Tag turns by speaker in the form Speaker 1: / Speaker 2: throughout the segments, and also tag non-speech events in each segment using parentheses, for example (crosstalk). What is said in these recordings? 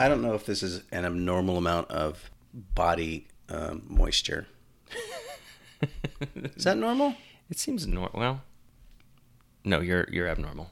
Speaker 1: I don't know if this is an abnormal amount of body um,
Speaker 2: (laughs)
Speaker 1: moisture. is that normal?
Speaker 2: It seems normal. Well, no, you're you're abnormal.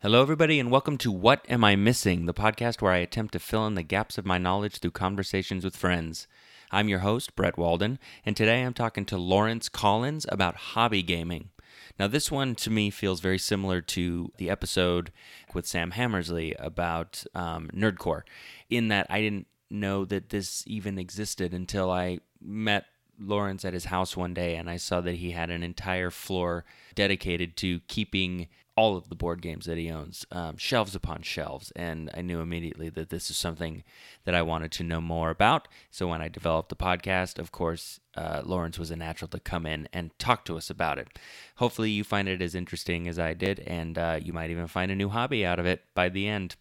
Speaker 2: Hello, everybody, and welcome to What Am I Missing, the podcast where I attempt to fill in the gaps of my knowledge through conversations with friends. I'm your host, Brett Walden, and today I'm talking to Lawrence Collins about hobby gaming. Now, this one to me feels very similar to the episode with Sam Hammersley about um, Nerdcore, in that I didn't know that this even existed until I met Lawrence at his house one day and I saw that he had an entire floor dedicated to keeping all of the board games that he owns, um, shelves upon shelves. And I knew immediately that this is something that I wanted to know more about. So when I developed the podcast, of course, uh, Lawrence was a natural to come in and talk to us about it. Hopefully, you find it as interesting as I did, and uh, you might even find a new hobby out of it by the end.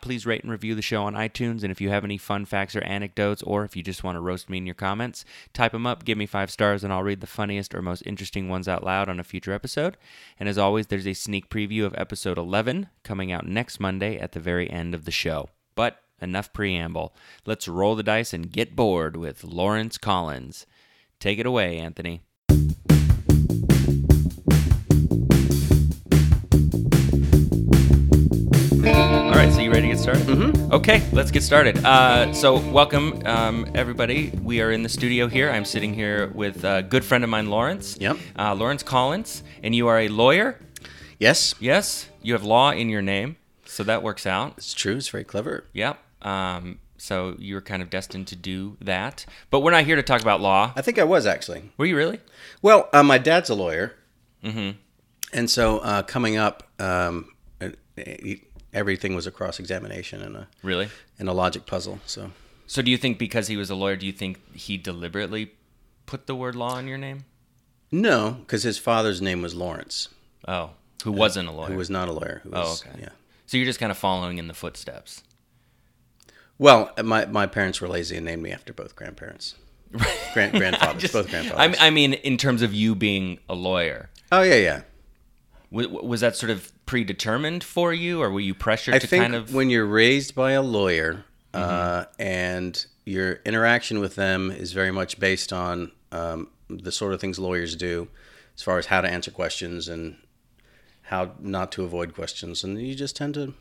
Speaker 2: Please rate and review the show on iTunes, and if you have any fun facts or anecdotes, or if you just want to roast me in your comments, type them up, give me five stars, and I'll read the funniest or most interesting ones out loud on a future episode. And as always, there's a sneak preview of episode 11 coming out next Monday at the very end of the show. But enough preamble. Let's roll the dice and get bored with Lawrence Collins. Take it away, Anthony. All right, so you ready to get started? Mm-hmm. Okay, let's get started. Uh, so, welcome, um, everybody. We are in the studio here. I'm sitting here with a good friend of mine, Lawrence.
Speaker 1: Yep.
Speaker 2: Uh, Lawrence Collins, and you are a lawyer.
Speaker 1: Yes,
Speaker 2: Yes, you have law in your name, so that works out.
Speaker 1: it's true. It's very clever.
Speaker 2: Yep. Um, so you were kind of destined to do that, but we're not here to talk about law.
Speaker 1: I think I was actually.
Speaker 2: Were you really?
Speaker 1: Well, uh, my dad's a lawyer,
Speaker 2: Mm-hmm.
Speaker 1: and so uh, coming up, um, uh, he- everything was a cross examination and a
Speaker 2: Really?
Speaker 1: and a logic puzzle. So
Speaker 2: So do you think because he was a lawyer, do you think he deliberately put the word law in your name?
Speaker 1: no, because his father's name was Lawrence,
Speaker 2: Oh, who wasn't a lawyer?
Speaker 1: who was not a lawyer. Who was,
Speaker 2: Oh, okay.
Speaker 1: Yeah.
Speaker 2: so you're just kind of following in the footsteps.
Speaker 1: Well, my, my parents were lazy and named me after both
Speaker 2: (laughs)
Speaker 1: grandparents. Grand, grandfathers,
Speaker 2: Just-
Speaker 1: both grandfathers.
Speaker 2: I, I mean, in terms of you being a lawyer,
Speaker 1: oh yeah, yeah.
Speaker 2: w- w- was that sort of predetermined for you, or were you pressured
Speaker 1: I
Speaker 2: to
Speaker 1: think
Speaker 2: kind of? Mm-hmm.
Speaker 1: when you're raised by a lawyer uh, and your interaction with them is very much based on um, the sort of things lawyers do, as far as how to answer questions and how not to avoid questions, and you just tend to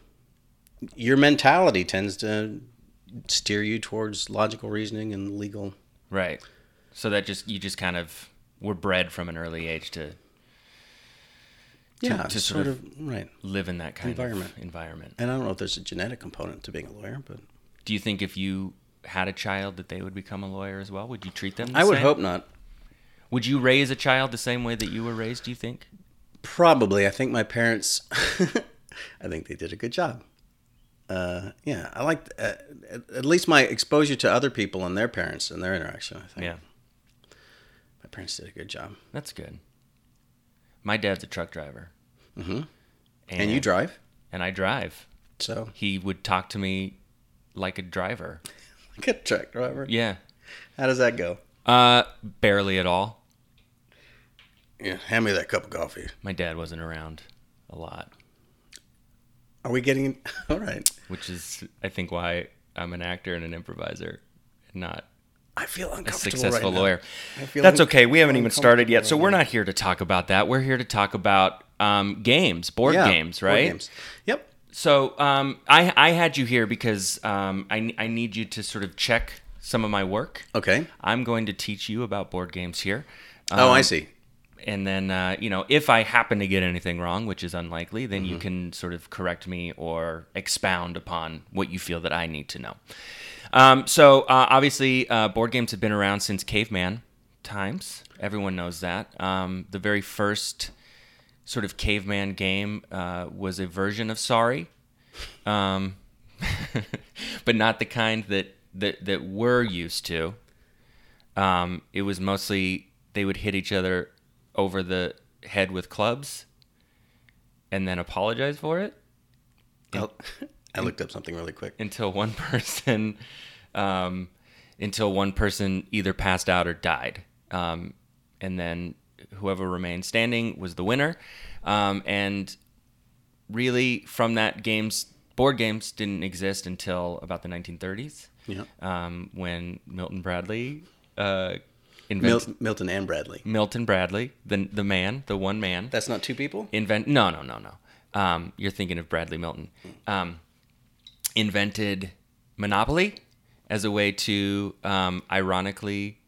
Speaker 1: your mentality tends to steer you towards logical reasoning and legal.
Speaker 2: Right. So that just you just kind of were bred from an early age to
Speaker 1: Yeah,
Speaker 2: to
Speaker 1: sort
Speaker 2: sort
Speaker 1: of right.
Speaker 2: live in that kind
Speaker 1: Environment.
Speaker 2: of environment.
Speaker 1: And I don't know if there's a genetic component to being a lawyer, but
Speaker 2: Do you think if you had a child that they would become a lawyer as well? Would you treat them? The
Speaker 1: I would
Speaker 2: same?
Speaker 1: hope not.
Speaker 2: Would you raise a child the same way that you were raised? Do you think?
Speaker 1: Probably. I think my parents. (laughs) I think they did a good job. Uh, yeah, I like uh, at, at least my exposure to other people and their parents and their interaction. I think
Speaker 2: Yeah,
Speaker 1: my parents did a good job.
Speaker 2: that's good. My dad's a truck driver. Mm-hmm.
Speaker 1: And you drive,
Speaker 2: And I drive.
Speaker 1: so (laughs)
Speaker 2: He would talk to me like a driver.
Speaker 1: like a truck driver.
Speaker 2: Yeah.
Speaker 1: How does that go?
Speaker 2: Uh, barely at all.
Speaker 1: Yeah, hand me that cup of coffee.
Speaker 2: My dad wasn't around a lot.
Speaker 1: Are we getting (laughs) all right?
Speaker 2: which is I think why I'm an actor and an improviser, not
Speaker 1: I feel
Speaker 2: a
Speaker 1: uncomfortable.
Speaker 2: successful
Speaker 1: right now.
Speaker 2: lawyer.
Speaker 1: I feel
Speaker 2: That's
Speaker 1: unc-
Speaker 2: okay. We haven't even started yet, so
Speaker 1: uncomfortable
Speaker 2: we're not here to talk about that. We're here to talk about um, games, board
Speaker 1: Yeah,
Speaker 2: games,
Speaker 1: board
Speaker 2: right?
Speaker 1: games. Yep.
Speaker 2: So um, I I had you here because um, I I need you to sort of check some of my work.
Speaker 1: Okay.
Speaker 2: I'm going to teach you about board games here. Um,
Speaker 1: Oh, I see.
Speaker 2: and then uh, you know if I happen to get anything wrong, which is unlikely, then you can sort of correct me or expound upon what you feel that I need to know. Um, so uh, obviously, uh, board games have been around since caveman times. Everyone knows that. Um, the very first sort of caveman game uh, was a version of Sorry, um, (laughs) but not the kind that that that we're used to. Um, it was mostly they would hit each other over the head with clubs and then apologize for it
Speaker 1: I'll- (laughs) I looked up something really quick.
Speaker 2: until (laughs) one person um, until one person either passed out or died um, and then whoever remained standing was the winner um, and really from that game's board games didn't exist until about the 1930s
Speaker 1: Yeah.
Speaker 2: um, when Milton Bradley uh,
Speaker 1: Mil-
Speaker 2: invented
Speaker 1: Milton and Bradley.
Speaker 2: Milton Bradley, the the man, the one man.
Speaker 1: That's not two people.
Speaker 2: invent no no no no um, you're thinking of bradley milton um, invented monopoly as a way to um, ironically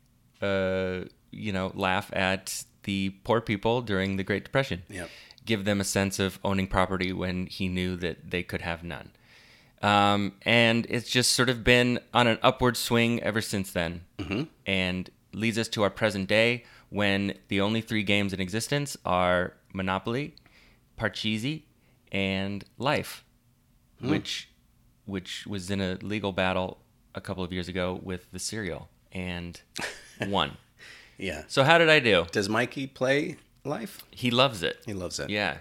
Speaker 2: uh, you know laugh at the poor people during the great depression
Speaker 1: Yep.
Speaker 2: give them a sense of owning property when he knew that they could have none um, and it's just sort of been on an upward swing ever since then and leads us to our present day when the only three games in existence are monopoly parcheesi and life
Speaker 1: Mm.
Speaker 2: which which was in a legal battle a couple of years ago with the cereal
Speaker 1: (laughs)
Speaker 2: and won
Speaker 1: Yeah.
Speaker 2: so how did i do
Speaker 1: Does Mikey play life?
Speaker 2: he loves it
Speaker 1: He loves it.
Speaker 2: yeah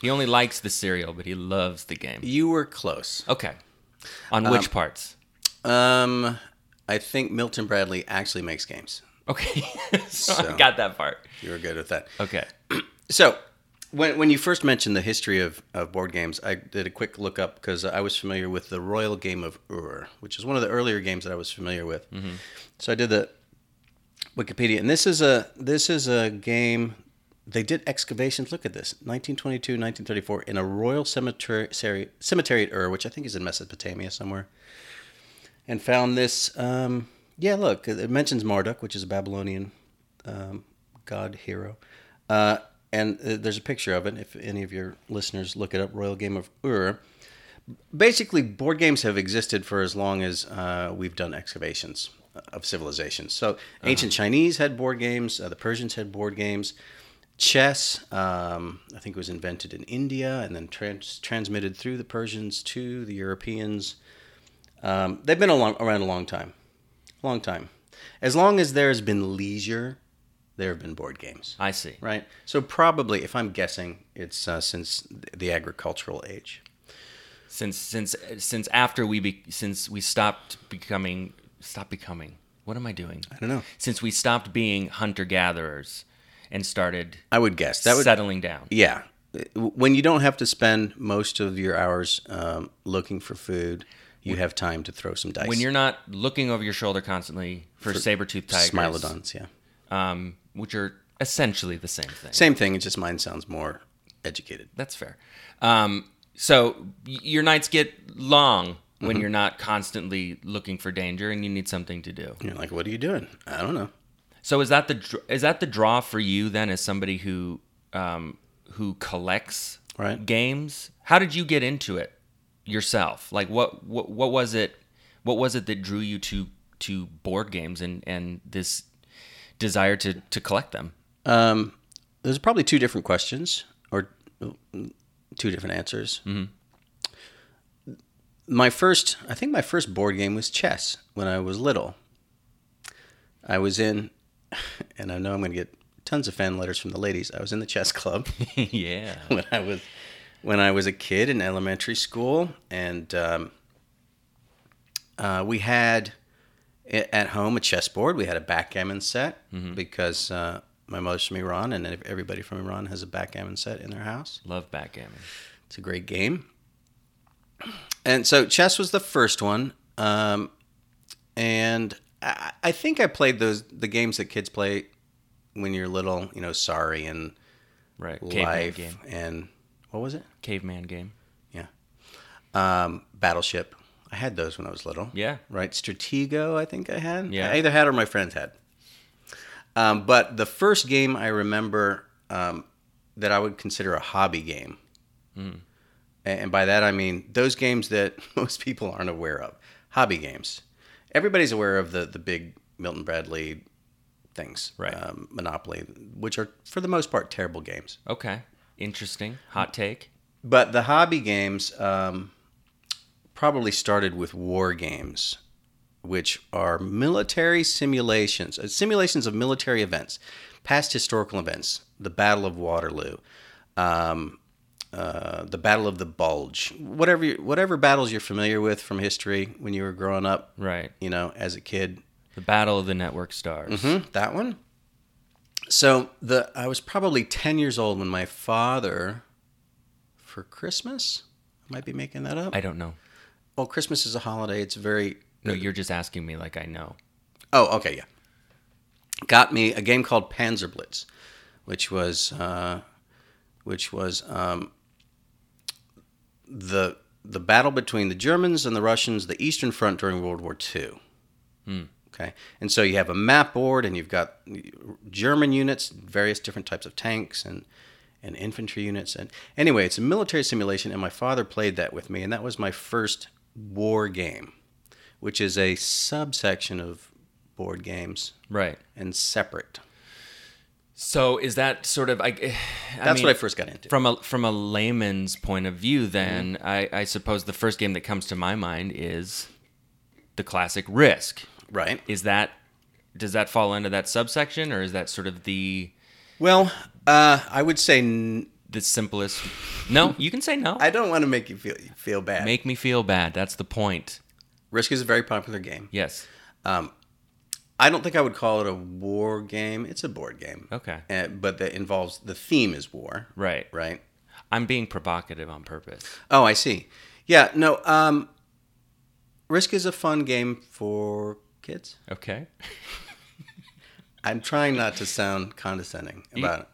Speaker 2: he only likes the cereal but he loves the game
Speaker 1: You were close.
Speaker 2: okay on which parts
Speaker 1: Um, I think Milton Bradley actually makes games.
Speaker 2: okay (laughs) so, I
Speaker 1: So-
Speaker 2: got that part
Speaker 1: You were good at that.
Speaker 2: okay
Speaker 1: So, when, when you first mentioned the history of, of board games, I did a quick look up because I was familiar with the Royal Game of Ur, which is one of the earlier games that I was familiar with. So I did the Wikipedia, and this is a this is a game. They did excavations. Look at this: 1922, 1934, in a royal cemetery cere- cemetery at Ur, which I think is in Mesopotamia somewhere, and found this. Um, yeah, look, it mentions Marduk, which is a Babylonian um, god hero. Uh, and uh, there's a picture of it. If any of your listeners look it up, Royal Game of Ur. Basically, board games have existed for as long as uh, we've done excavations of civilizations. So, ancient Chinese had board games. Uh, the Persians had board games. Chess, um, I think, was invented in India and then trans- transmitted through the Persians to the Europeans. Um, they've been a long, around a long time, long time. As long as there has been leisure, there have been board games,
Speaker 2: i see
Speaker 1: right? So probably, if I'm guessing, it's uh, since the agricultural age.
Speaker 2: since since since after we be, since we stopped becoming stop becoming what am i doing i
Speaker 1: don't know.
Speaker 2: since we stopped being hunter gatherers and started
Speaker 1: I would guess that would
Speaker 2: settling down
Speaker 1: yeah. When you don't have to spend most of your hours um, looking for food, you have time to throw some dice.
Speaker 2: when you're not looking over your shoulder constantly for, saber-toothed tigers
Speaker 1: Smilodons, yeah,
Speaker 2: um which are essentially the same thing
Speaker 1: same thing. It's just mine sounds more educated.
Speaker 2: that's fair um so y- your nights get long when you're not constantly looking for danger and you need something to do
Speaker 1: You're like, what are you doing? I don't know.
Speaker 2: So is that the dr- is that the draw for you then as somebody who um, who collects
Speaker 1: Right.
Speaker 2: games? How did you get into it yourself? Like what, what what was it what was it that drew you to to board games and and this desire to to collect
Speaker 1: (laughs)
Speaker 2: them?
Speaker 1: Um, there's probably two different questions or mm, two different answers. My first, I think my first board game was chess when I was little. I was in, (laughs) and I know I'm going to get tons of fan letters from the ladies. I was in the chess club (laughs)
Speaker 2: yeah.
Speaker 1: when I was when I was a kid in elementary school, and um, uh, we had a- at home a chessboard. We had a backgammon set because uh, my mother's from Iran, and ev- everybody from Iran has a backgammon set in their house.
Speaker 2: Love backgammon.
Speaker 1: It's a great game. And so chess was the first one, um, and I, I think I played those the games that kids play when you're little. You know, Sorry and
Speaker 2: Right.
Speaker 1: Life
Speaker 2: game.
Speaker 1: and what was it?
Speaker 2: Caveman game.
Speaker 1: Yeah. Um, Battleship. I had those when I was little.
Speaker 2: Yeah.
Speaker 1: Right. Stratego, I think I had.
Speaker 2: Yeah.
Speaker 1: I either had or my friends had. Um, but the first game I remember um, that I would consider a hobby game,
Speaker 2: Hmm.
Speaker 1: a- and by that I mean those games that (laughs) most people aren't aware of, hobby games. Everybody's aware of the the big Milton Bradley things,
Speaker 2: Right.
Speaker 1: Um, Monopoly, which are for the most part terrible games
Speaker 2: Okay. Interesting. Hot take.
Speaker 1: but the hobby games um, probably started with war games, which are military simulations, uh, simulations of military events, past historical events, the Battle of Waterloo, um, uh, the Battle of the Bulge, whatever you, whatever battles you're familiar with from history when you were growing up,
Speaker 2: Right.
Speaker 1: you know, as a kid,
Speaker 2: The Battle of the Network Stars.
Speaker 1: Mhm, that one. So the I was probably ten years old when my father, for Christmas, Might be making that up.
Speaker 2: I don't know.
Speaker 1: well, Christmas is a holiday. It's very.
Speaker 2: No, you're just asking me like I know.
Speaker 1: Oh, okay, yeah. Got me a game called Panzerblitz, which was, uh, which was um, the the battle between the Germans and the Russians, the Eastern Front during World War II. Okay, and so you have a map board, and you've got German units, various different types of tanks, and and infantry units, and anyway, it's a military simulation. And my father played that with me, and that was my first war game, which is a subsection of board games
Speaker 2: Right.
Speaker 1: and separate.
Speaker 2: So is that sort of I? (sighs) I
Speaker 1: That's
Speaker 2: mean,
Speaker 1: what I first got into.
Speaker 2: from a from a layman's point of view.
Speaker 1: Mm-hmm.
Speaker 2: Then I, I suppose the first game that comes to my mind is the classic Risk.
Speaker 1: right.
Speaker 2: Is that does that fall into that subsection, or is that sort of the
Speaker 1: Well, uh, I would say n-
Speaker 2: the simplest? No, you can say no.
Speaker 1: I don't want to make you feel feel bad.
Speaker 2: Make me feel bad. That's the point.
Speaker 1: Risk is a very popular game.
Speaker 2: Yes.
Speaker 1: I don't think I would call it a war game. It's a board game.
Speaker 2: Okay.
Speaker 1: Uh, but that involves the theme is war,
Speaker 2: Right.
Speaker 1: right?
Speaker 2: I'm being provocative on purpose.
Speaker 1: Oh, I see. Yeah, no. Um, Risk is a fun game for kids.
Speaker 2: Okay.
Speaker 1: I'm trying not to sound condescending about it.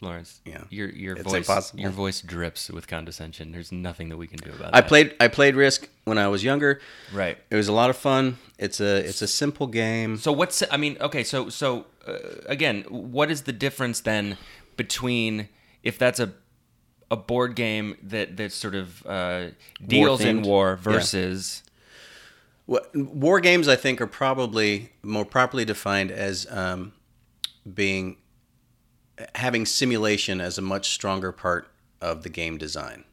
Speaker 2: Lawrence,
Speaker 1: Yeah.
Speaker 2: your your
Speaker 1: It's
Speaker 2: voice
Speaker 1: impossible.
Speaker 2: your voice drips with condescension. There's nothing that we can do about
Speaker 1: I
Speaker 2: that.
Speaker 1: played I played Risk when I was younger.
Speaker 2: Right.
Speaker 1: It was a lot of fun. It's a it's a simple game.
Speaker 2: So what's I mean? Okay. So so uh, again, what is the difference then between if that's a a board game that that sort of uh, deals in
Speaker 1: themed?
Speaker 2: war
Speaker 1: Yeah.
Speaker 2: versus
Speaker 1: Wa- War games, I think, are probably more properly defined as um, being having simulation as a much stronger part of the game design.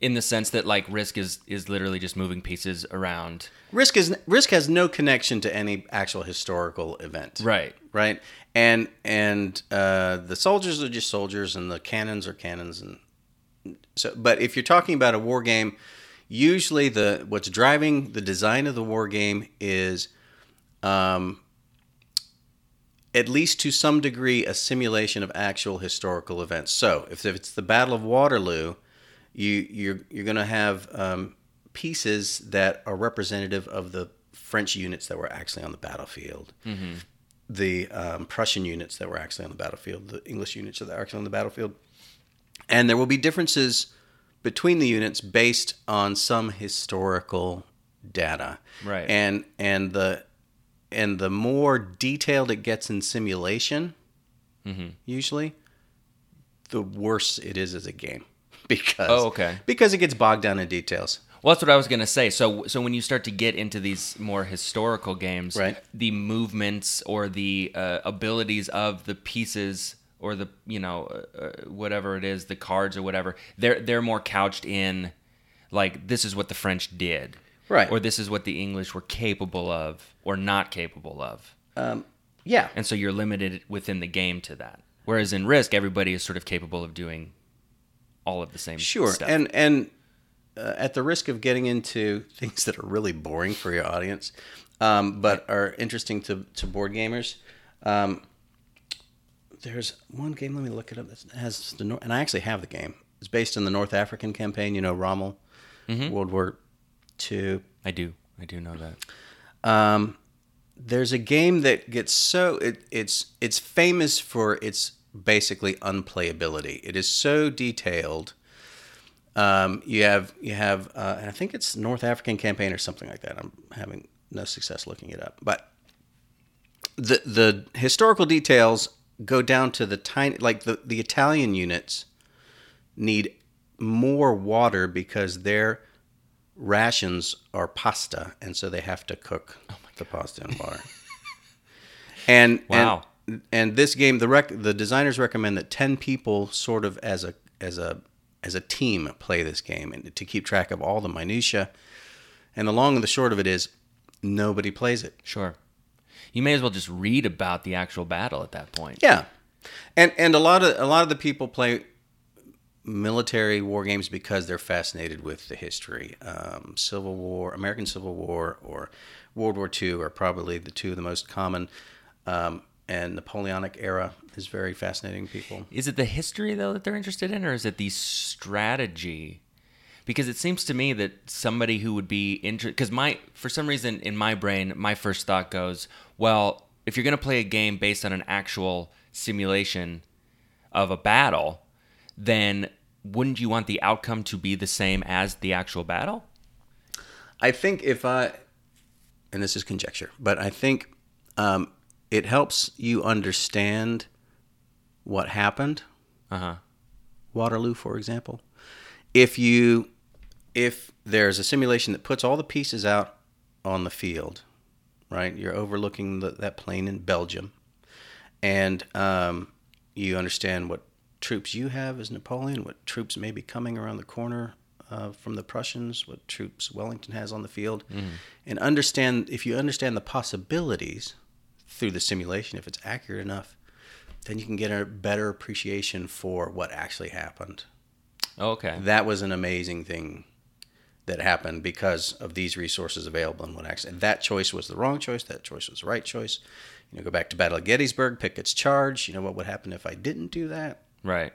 Speaker 2: in the sense that like risk is is literally just moving pieces around?
Speaker 1: Risk is risk has no connection to any actual historical event,
Speaker 2: Right.
Speaker 1: Right, and and uh, the soldiers are just soldiers, and the cannons are cannons, and so. But if you're talking about a war game, usually the what's driving the design of the war game is um, at least to some degree a simulation of actual historical events. So if, if it's the Battle of Waterloo, you you're you're going to have um, pieces that are representative of the French units that were actually on the battlefield, the um, Prussian units that were actually on the battlefield, the English units that are actually on the battlefield, and there will be differences between the units based on some historical data.
Speaker 2: Right.
Speaker 1: And and the and the more detailed it gets in simulation, usually, the worse it is as a game (laughs) because
Speaker 2: Oh, okay.
Speaker 1: because it gets bogged down in details.
Speaker 2: Well, that's what I was gonna say. So, so when you start to get into these more historical games,
Speaker 1: Right.
Speaker 2: the movements or the uh, abilities of the pieces or the you know uh, uh, whatever it is, the cards or whatever, they're they're more couched in like this is what the French did,
Speaker 1: Right.
Speaker 2: Or this is what the English were capable of or not capable of,
Speaker 1: Yeah,
Speaker 2: and so you're limited within the game to that. Whereas in Risk, everybody is sort of capable of doing all of the same
Speaker 1: sure.
Speaker 2: stuff.
Speaker 1: And and uh, at the risk of getting into (laughs) things that are really boring for your audience, um, but are interesting to to board gamers. Um, there's one game. Let me look it up. That has the Nor- and I actually have the game. It's based on the North African campaign. You know, Rommel,
Speaker 2: Mm-hmm.
Speaker 1: World War Two.
Speaker 2: I do, I do know that.
Speaker 1: there's a game that gets so it, it's it's famous for its basically unplayability. It is so detailed. Um, you have you have uh, and I think it's North African campaign or something like that. I'm having no success looking it up, but the the historical details go down to the tiny like the the Italian units need more water because their rations are pasta and so they have to cook the pasta in water. and and-
Speaker 2: Wow.
Speaker 1: And, this game the rec- the designers recommend that 10 people sort of as a as a as a team play this game and to keep track of all the minutia. And the long and the short of it is nobody plays it.
Speaker 2: Sure. You may as well just read about the actual battle at that point.
Speaker 1: Yeah, and and a lot of a lot of the people play military war games because they're fascinated with the history. Um, Civil War, American Civil War, or World War II are probably the two of the most common. Um, and Napoleonic era is very fascinating to people.
Speaker 2: Is it the history though that they're interested in, or is it the strategy? Because it seems to me that somebody who would be interested, because my for some reason in my brain, my first thought goes, well, if you're going to play a game based on an actual simulation of a battle, then wouldn't you want the outcome to be the same as the actual battle?
Speaker 1: I think if I, and this is conjecture, but I think um, it helps you understand what happened.
Speaker 2: Uh huh.
Speaker 1: Waterloo, for example. If you, if there's a simulation that puts all the pieces out on the field, right? You're overlooking the, that plane in Belgium, and um, you understand what troops you have as Napoleon, what troops may be coming around the corner uh, from the Prussians, what troops Wellington has on the field, and understand if you understand the possibilities through the simulation, if it's accurate enough, then you can get a better appreciation for what actually happened.
Speaker 2: Oh, Okay.
Speaker 1: That was an amazing thing that happened because of these resources available and what actually. And that choice was the wrong choice. That choice was the right choice. You know, go back to Battle of Gettysburg, Pickett's charge. You know what would happen if I didn't do that?
Speaker 2: Right.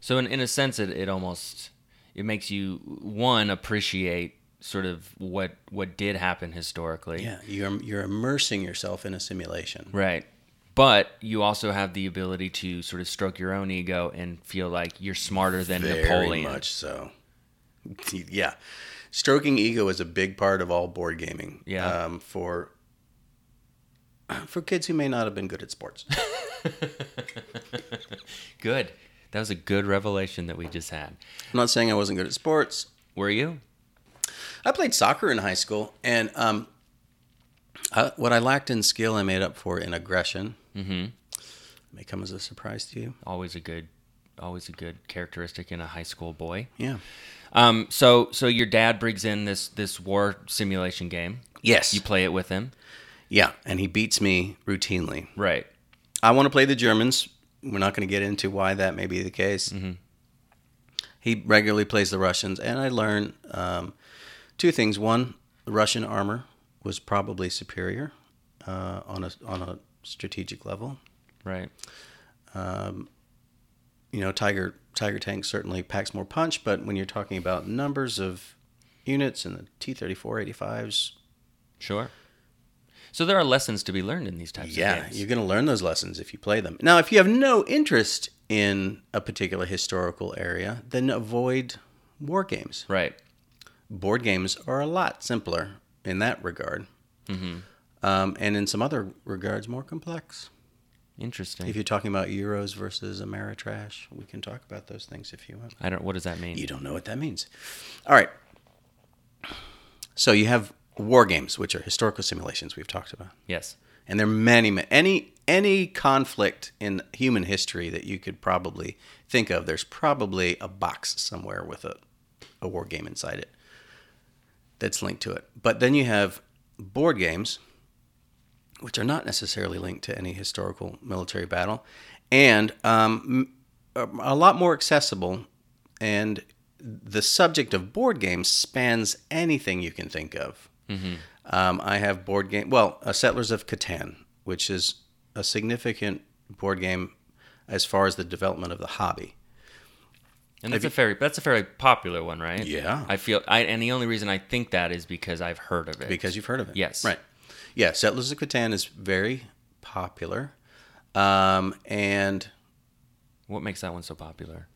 Speaker 2: So in, in a sense it, it almost it makes you one appreciate sort of what what did happen historically.
Speaker 1: Yeah, you're you're immersing yourself in a simulation.
Speaker 2: Right. But you also have the ability to sort of stroke your own ego and feel like you're smarter than
Speaker 1: Very
Speaker 2: Napoleon.
Speaker 1: much so. (laughs) yeah, stroking ego is a big part of all board gaming.
Speaker 2: Yeah.
Speaker 1: um, for (clears throat) for kids who may not have been good at sports.
Speaker 2: Good. That was a good revelation that we just had.
Speaker 1: I'm not saying I wasn't good at sports.
Speaker 2: Were you?
Speaker 1: I played soccer in high school, and um, I, what I lacked in skill, I made up for in aggression. Mm-hmm. May come as a surprise to you.
Speaker 2: Always a good always a good characteristic in a high school boy.
Speaker 1: Yeah.
Speaker 2: Um so so your dad brings in this this war simulation game.
Speaker 1: Yes.
Speaker 2: You play it with him.
Speaker 1: yeah, and he beats me routinely.
Speaker 2: Right.
Speaker 1: I want to play the Germans. We're not going to get into why that may be the case. He regularly plays the Russians, and I learn um, two things. One, the Russian armor was probably superior uh, on a on a strategic level.
Speaker 2: Right.
Speaker 1: Um, You know, Tiger Tiger tank certainly packs more punch, but when you're talking about numbers of units and the T-34 85s,
Speaker 2: Sure. So there are lessons to be learned in these types
Speaker 1: Yeah,
Speaker 2: of
Speaker 1: you're
Speaker 2: games.
Speaker 1: going to learn those lessons if you play them. Now, if you have no interest in a particular historical area, then avoid war games.
Speaker 2: Right.
Speaker 1: Board games are a lot simpler in that regard,
Speaker 2: Mm-hmm.
Speaker 1: um, and in some other regards, more complex.
Speaker 2: Interesting.
Speaker 1: If you're talking about euros versus Ameritrash, we can talk about those things if you want.
Speaker 2: I don't what does that mean?
Speaker 1: You don't know what that means. All right. So you have war games, which are historical simulations we've talked about.
Speaker 2: Yes.
Speaker 1: and there are many, ma- any any conflict in human history that you could probably think of there's probably a box somewhere with a, a war game inside it that's linked to it but then you have board games which are not necessarily linked to any historical military battle and um, m- a a lot more accessible and the subject of board games spans anything you can think of um, I have board game. Well, uh, Settlers of Catan, which is a significant board game as far as the development of the hobby.
Speaker 2: And that's a very that's a fairly popular one, right?
Speaker 1: Yeah.
Speaker 2: I feel I and the only reason I think that is because I've heard of it.
Speaker 1: Because you've heard of it,
Speaker 2: Yes.
Speaker 1: right? Yeah, Settlers of Catan is very popular, um, and
Speaker 2: what makes that one so popular?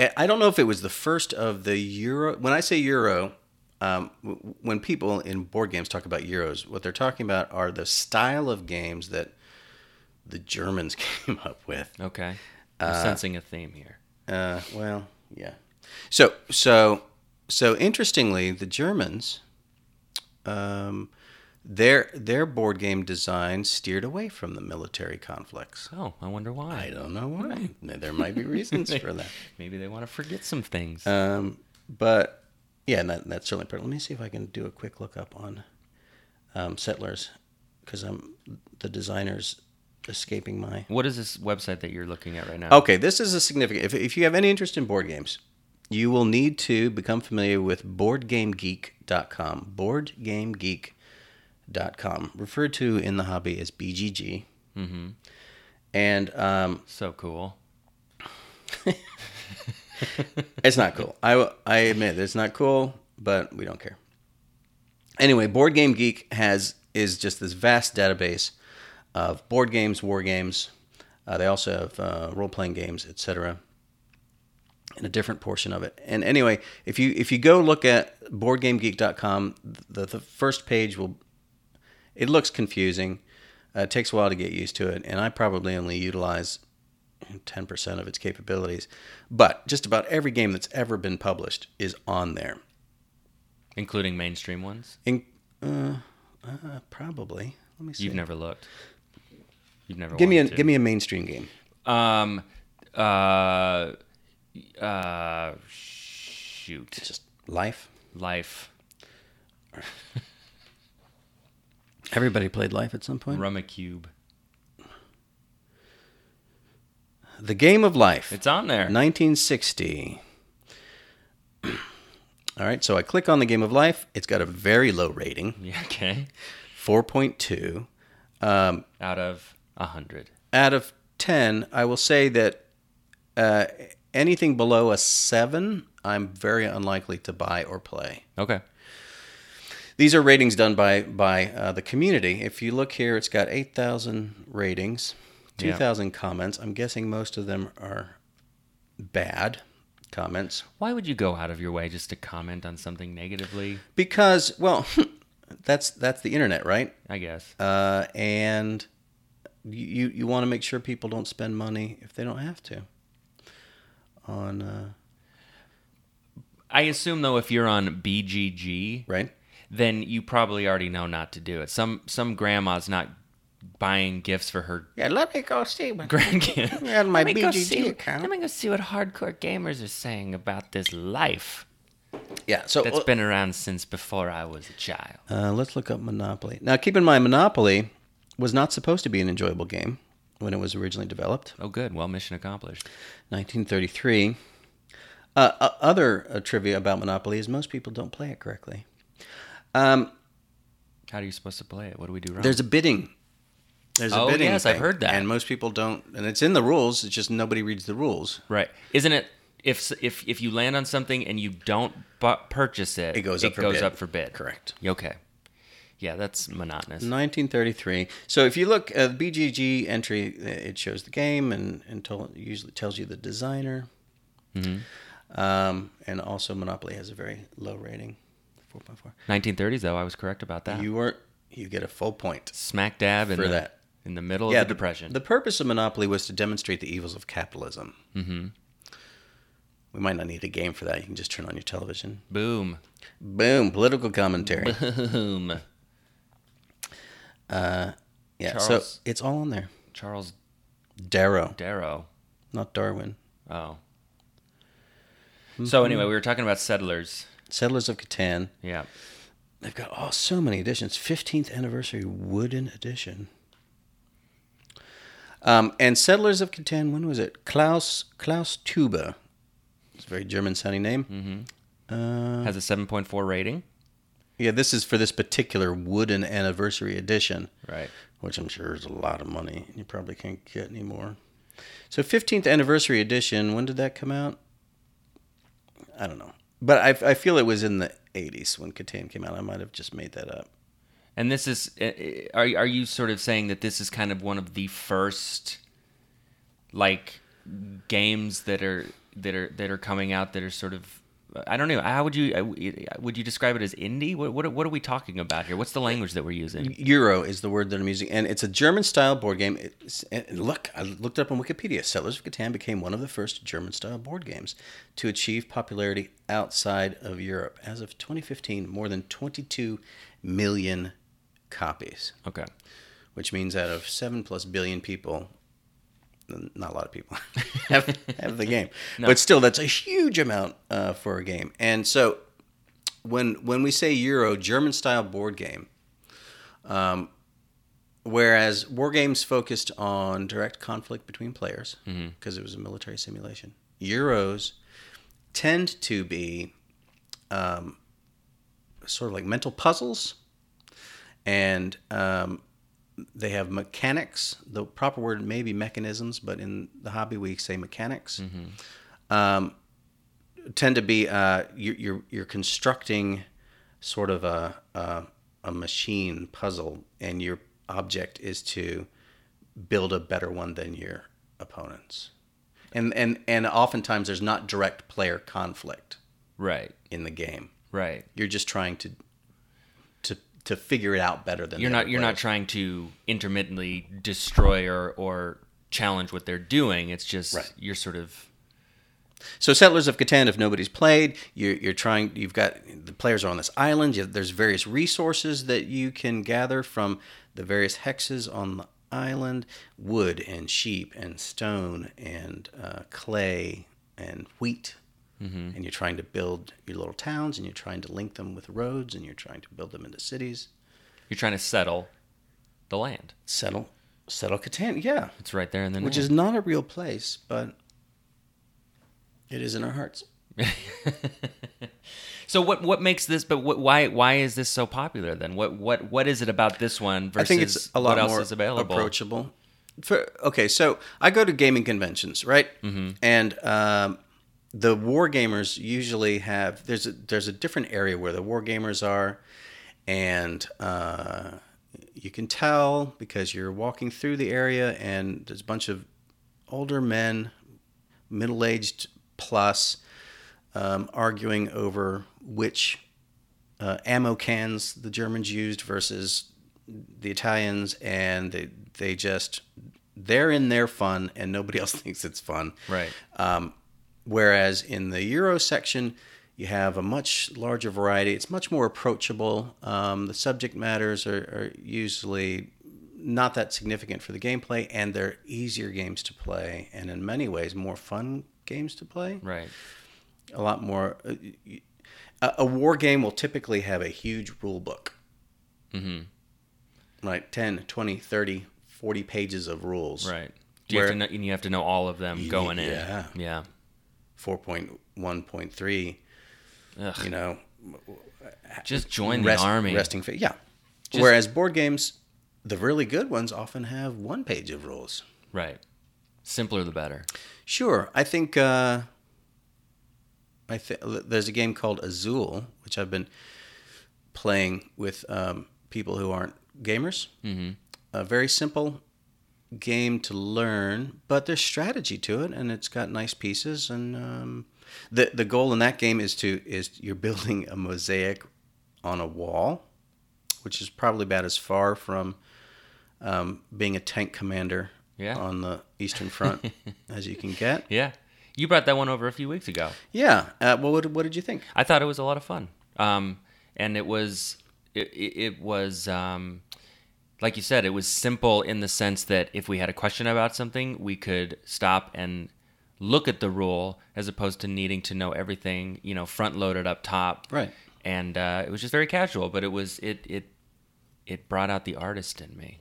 Speaker 1: I I don't know if it was the first of the Euro. When I say Euro, um, w- when people in board games talk about Euros, what they're talking about are the style of games that the Germans (laughs) came up with.
Speaker 2: Okay. I'm sensing a theme here.
Speaker 1: Uh, well, yeah. So, so, so interestingly, the Germans, um, their their board game design steered away from the military conflicts.
Speaker 2: Oh, I wonder
Speaker 1: I
Speaker 2: why.
Speaker 1: don't know why. Now, There might be reasons for (laughs) that.
Speaker 2: Maybe they want to forget some things.
Speaker 1: Um, but yeah, and that, that's certainly part. Let me see if I can do a quick lookup on um, settlers because I'm the designers escaping my
Speaker 2: what is this website that you're looking at right now?
Speaker 1: Okay, this is a significant. If, if you have any interest in board games, you will need to become familiar with BoardGameGeek.com. BoardGameGeek com, referred to in the hobby as BGG.
Speaker 2: Mm-hmm.
Speaker 1: And um,
Speaker 2: So cool.
Speaker 1: It's not cool. I, I admit it's not cool, but we don't care. Anyway, Board Game Geek has is just this vast database of board games, war games. Uh, they also have uh, role playing games, etc. And a different portion of it. And anyway, if you if you go look at boardgamegeek.com, the, the first page will it looks confusing. Uh, it takes a while to get used to it, and I probably only utilize 10% of its capabilities. But just about every game that's ever been published is on there.
Speaker 2: Including mainstream ones?
Speaker 1: In, uh, uh, probably. Let me see.
Speaker 2: You've never looked. You've never
Speaker 1: give me a
Speaker 2: wanted to.
Speaker 1: give me a mainstream game.
Speaker 2: Um, uh, uh, shoot.
Speaker 1: Just Life.
Speaker 2: Life.
Speaker 1: Everybody played Life at some point.
Speaker 2: Rummikube.
Speaker 1: The Game of Life.
Speaker 2: It's on there.
Speaker 1: 1960. (clears throat) All right, so I click on the Game of Life. It's got a very low rating,
Speaker 2: (laughs) Yeah, okay.
Speaker 1: 4.2. Um,
Speaker 2: Out of a hundred.
Speaker 1: out of 10, I will say that uh, anything below a 7, I'm very unlikely to buy or play.
Speaker 2: Okay.
Speaker 1: These are ratings done by, by uh, the community. If you look here, it's got 8,000 ratings,
Speaker 2: Yeah.
Speaker 1: 2,000 comments. I'm guessing most of them are bad comments
Speaker 2: Why would you go out of your way just to comment on something negatively?
Speaker 1: because, well, (laughs) that's, that's the internet, right?
Speaker 2: I guess.
Speaker 1: Uh, and you, you want to make sure people don't spend money if they don't have to on, uh,
Speaker 2: I assume though, if you're on BGG,
Speaker 1: right?
Speaker 2: then you probably already know not to do it. Some some grandma's not buying gifts for her (laughs)
Speaker 3: Yeah, let me go see what
Speaker 2: grandkids.
Speaker 3: (laughs) I had my
Speaker 2: Let me go
Speaker 3: BGG
Speaker 2: see-
Speaker 3: account.
Speaker 2: Let me go see what hardcore gamers are saying about this life
Speaker 1: Yeah. So
Speaker 2: that's been around since before I was a child.
Speaker 1: uh, let's look up Monopoly. Now, keep in mind, Monopoly was not supposed to be an enjoyable game when it was originally developed,
Speaker 2: Oh, good. Well, mission accomplished.
Speaker 1: 1933. Uh, uh, other uh, trivia about Monopoly is most people don't play it correctly. Um,
Speaker 2: How are you supposed to play it? What do we do wrong?
Speaker 1: there's a bidding. There's a
Speaker 2: Oh,
Speaker 1: bidding.
Speaker 2: yes, I've heard that.
Speaker 1: And most people don't, and it's in the rules. It's just nobody reads the rules.
Speaker 2: right, isn't it? If s- if if you land on something and you don't bu- purchase it,
Speaker 1: It goes up for bid. Correct.
Speaker 2: Okay. Yeah, that's monotonous.
Speaker 1: 1933. So if you look uh, at the BGG entry, uh, it shows the game and and tell, usually tells you the designer.
Speaker 2: Mm-hmm.
Speaker 1: Um, and also, Monopoly has a very low rating, 4.4.
Speaker 2: 1930s though, I was correct about that.
Speaker 1: You were you get a full point
Speaker 2: Smack dab in
Speaker 1: for
Speaker 2: the,
Speaker 1: that.
Speaker 2: in the middle of the depression.
Speaker 1: The purpose of Monopoly was to demonstrate the evils of capitalism. Mm-hmm. We might not need a game for that. You can just turn on your television. (laughs)
Speaker 2: Boom.
Speaker 1: Boom! Political commentary.
Speaker 2: Boom.
Speaker 1: yeah.
Speaker 2: Charles-
Speaker 1: So it's all on there.
Speaker 2: Charles
Speaker 1: Darrow,
Speaker 2: Darrow.
Speaker 1: not Darwin.
Speaker 2: Oh.
Speaker 1: Mm-hmm.
Speaker 2: So anyway, we were talking about settlers.
Speaker 1: Settlers of Catan.
Speaker 2: Yeah.
Speaker 1: They've got oh so many editions. Fifteenth anniversary wooden edition. Um, and Settlers of Catan. When was it? Klaus Klaus Tuba. It's a very German sounding name. Uh,
Speaker 2: Has a 7.4 rating.
Speaker 1: yeah, this is for this particular wooden anniversary edition,
Speaker 2: Right.
Speaker 1: which I'm sure is a lot of money. You probably can't get any more. So, 15th anniversary edition. When did that come out? I don't know, but I, I feel it was in the 80s when Catan came out. I might have just made that up.
Speaker 2: And this is uh, are are you sort of saying that this is kind of one of the first like games that are that are that are coming out that are sort of I don't know. How would you uh, would you describe it as indie? What what, are- what are we talking about here? What's the language that we're using?
Speaker 1: Euro is the word that I'm using, and it's a German-style board game. It's, and look, I looked it up on Wikipedia. Settlers of Catan became one of the first German-style board games to achieve popularity outside of Europe. As of 2015, more than 22 million copies,
Speaker 2: Okay.
Speaker 1: which means out of seven plus billion people, n- not a lot of people (laughs) have, have the game, but still, that's a huge amount uh, for a game. And so, when when we say Euro, German-style board game um, whereas war games focused on direct conflict between players because it was a military simulation euros tend to be um, sort of like mental puzzles and um, they have mechanics. The proper word may be mechanisms, but in the hobby we say mechanics.
Speaker 2: Mm-hmm.
Speaker 1: Um, tend to be uh, you're, you're you're constructing sort of a, a a machine puzzle, and your object is to build a better one than your opponents. And and and oftentimes there's not direct player conflict
Speaker 2: Right.
Speaker 1: in the game.
Speaker 2: Right.
Speaker 1: You're just trying to to to figure it out better than
Speaker 2: You're
Speaker 1: the
Speaker 2: not
Speaker 1: other
Speaker 2: you're
Speaker 1: player.
Speaker 2: not trying to intermittently destroy or or challenge what they're doing. It's just
Speaker 1: Right.
Speaker 2: you're sort of
Speaker 1: So Settlers of Catan, if nobody's played, you're, you're trying. You've got the players are on this island. You, there's various resources that you can gather from the various hexes on the island: wood and sheep and stone and uh, clay and wheat. And you're trying to build your little towns, and you're trying to link them with roads, and you're trying to build them into cities.
Speaker 2: you're trying to settle the land.
Speaker 1: Settle, settle Catan, yeah,
Speaker 2: It's right there in the
Speaker 1: which
Speaker 2: name.
Speaker 1: is not a real place, but it is in our hearts.
Speaker 2: (laughs) so what what makes this but what, why why is this so popular then? What what what is it about this one versus
Speaker 1: I think it's a lot
Speaker 2: what else
Speaker 1: more
Speaker 2: is available?
Speaker 1: approachable. For, okay, so I go to gaming conventions, right?
Speaker 2: Mm-hmm.
Speaker 1: And um, the war gamers usually have there's a, there's a different area where the war gamers are, and uh, you can tell because you're walking through the area and there's a bunch of older men, middle aged plus, um, arguing over which uh, ammo cans the Germans used versus the Italians, and they they just they're in their fun, and nobody (laughs) else thinks it's fun. Um,
Speaker 2: Right.
Speaker 1: Whereas in the Euro section, you have a much larger variety. It's much more approachable. Um, the subject matters are, are usually not that significant for the gameplay, and they're easier games to play, and in many ways more fun games to play
Speaker 2: Right.
Speaker 1: a lot more. A, a war game will typically have a huge rule book. Mm-hmm. Like 10, 20, 30, 40 pages of rules.
Speaker 2: Right. Do you have
Speaker 1: Where-
Speaker 2: to know, and you have to know all of them going
Speaker 1: yeah.
Speaker 2: in. Yeah.
Speaker 1: 4.1.3,
Speaker 2: Ugh.
Speaker 1: you know,
Speaker 2: Just (sighs) join
Speaker 1: rest-
Speaker 2: the army.
Speaker 1: resting fit. Yeah. Whereas board games, the really good ones often have one page of rules.
Speaker 2: Right. Simpler the better.
Speaker 1: Sure. I think uh, I uh, th- there's a game called Azul, which I've been playing with um, people who aren't gamers. Mm-hmm. A very simple game to learn, but there's strategy to it, and it's got nice pieces. And um, the the goal in that game is to is you're (laughs) building a mosaic on a wall, which is probably about as far from um, being a tank commander
Speaker 2: Yeah.
Speaker 1: on the Eastern Front as you can get.
Speaker 2: Yeah. You brought that one over a few weeks ago.
Speaker 1: Yeah. Uh, well, what, what did you think?
Speaker 2: I thought it was a lot of fun. Um, and it was, it, it it was, um, like you said, it was simple in the sense that if we had a question about something, we could stop and look at the rule as opposed to needing to know everything, you know, front loaded up top.
Speaker 1: Right.
Speaker 2: And uh, it was just very casual, but it was, it, it, it brought out the artist in me.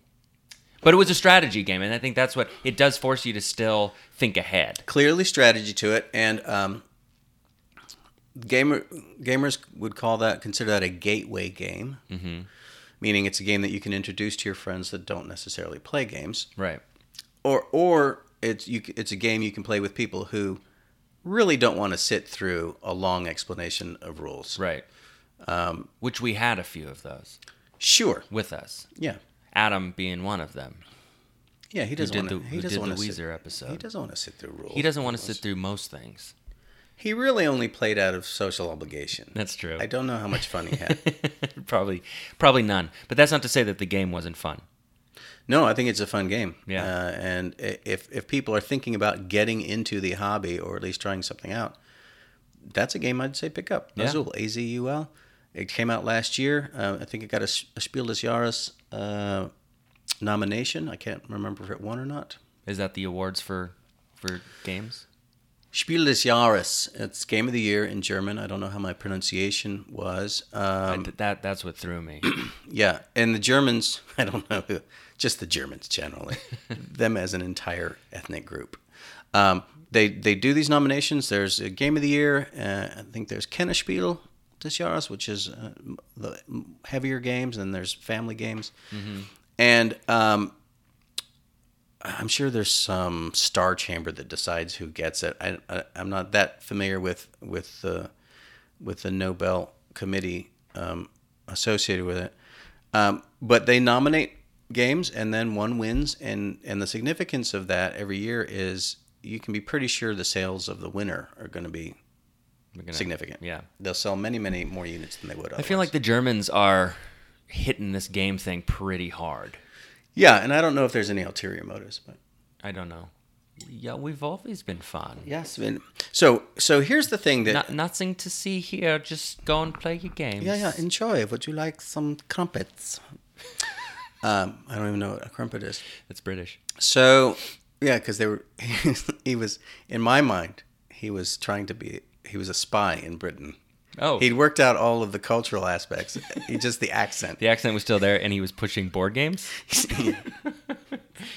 Speaker 2: But it was a strategy game, and I think that's what it does force you to still think ahead.
Speaker 1: Clearly, strategy to it, and um, gamer gamers would call that consider that a gateway game, mm-hmm. meaning it's a game that you can introduce to your friends that don't necessarily play games,
Speaker 2: Right.
Speaker 1: or or it's you c- it's a game you can play with people who really don't want to sit through a long explanation of rules.
Speaker 2: Right. Um, Which we had a few of those
Speaker 1: Sure.
Speaker 2: with us.
Speaker 1: Yeah.
Speaker 2: Adam being one of them.
Speaker 1: Yeah. He doesn't
Speaker 2: Did
Speaker 1: want
Speaker 2: the,
Speaker 1: to.
Speaker 2: who
Speaker 1: He
Speaker 2: did
Speaker 1: doesn't
Speaker 2: the
Speaker 1: want to.
Speaker 2: Weezer
Speaker 1: Sit, he
Speaker 2: episode.
Speaker 1: doesn't want to sit through rules.
Speaker 2: He doesn't want to sit through most things.
Speaker 1: He really only played out of social obligation.
Speaker 2: That's true.
Speaker 1: I don't know how much fun he had.
Speaker 2: (laughs) probably, probably none. But that's not to say that the game wasn't fun.
Speaker 1: No, I think it's a fun game.
Speaker 2: Yeah.
Speaker 1: Uh, and i- if if people are thinking about getting into the hobby or at least trying something out, that's a game I'd say pick up.
Speaker 2: Yeah.
Speaker 1: Azul, A Z U L. It came out last year. Uh, I think it got a, S- a Spiel des Jahres uh, nomination. I can't remember if it won or not.
Speaker 2: Is that the awards for for games?
Speaker 1: Spiel des Jahres. It's game of the year in German. I don't know how my pronunciation was. Um,
Speaker 2: Th- that that's what
Speaker 1: (clears throat)
Speaker 2: threw me.
Speaker 1: Yeah, and the Germans, (laughs) I don't know, who- just the Germans generally, them as an entire ethnic group. Um, they they do these nominations. There's a Game of the Year. Uh, I think there's Kennerspiel Desjaras, which is uh, m- the m- heavier games, and there's family games. And um, I'm sure there's some star chamber that decides who gets it. I, I, I'm not that familiar with with the with the Nobel committee um, associated with it, um, but they nominate games and then one wins. and And the significance of that every year is you can be pretty sure the sales of the winner are going to be
Speaker 2: We're gonna-
Speaker 1: significant.
Speaker 2: Yeah.
Speaker 1: They'll sell many, many more units than they would.
Speaker 2: I feel like the Germans are hitting this game thing pretty hard.
Speaker 1: yeah, and I don't know if there's any ulterior motives, but
Speaker 2: I don't know. Yeah, we've always been fun.
Speaker 1: yes. so so here's the thing that
Speaker 2: No- nothing to see here. Just go and play your games.
Speaker 1: yeah yeah enjoy. Would you like some crumpets? (laughs) um, I don't even know what a crumpet is.
Speaker 2: It's British.
Speaker 1: So yeah, because they were (laughs) he was in my mind he was trying to be he was a spy in Britain.
Speaker 2: Oh,
Speaker 1: He'd worked out all of the cultural aspects. he just the accent.
Speaker 2: (laughs) the accent was still there, and he was pushing board games.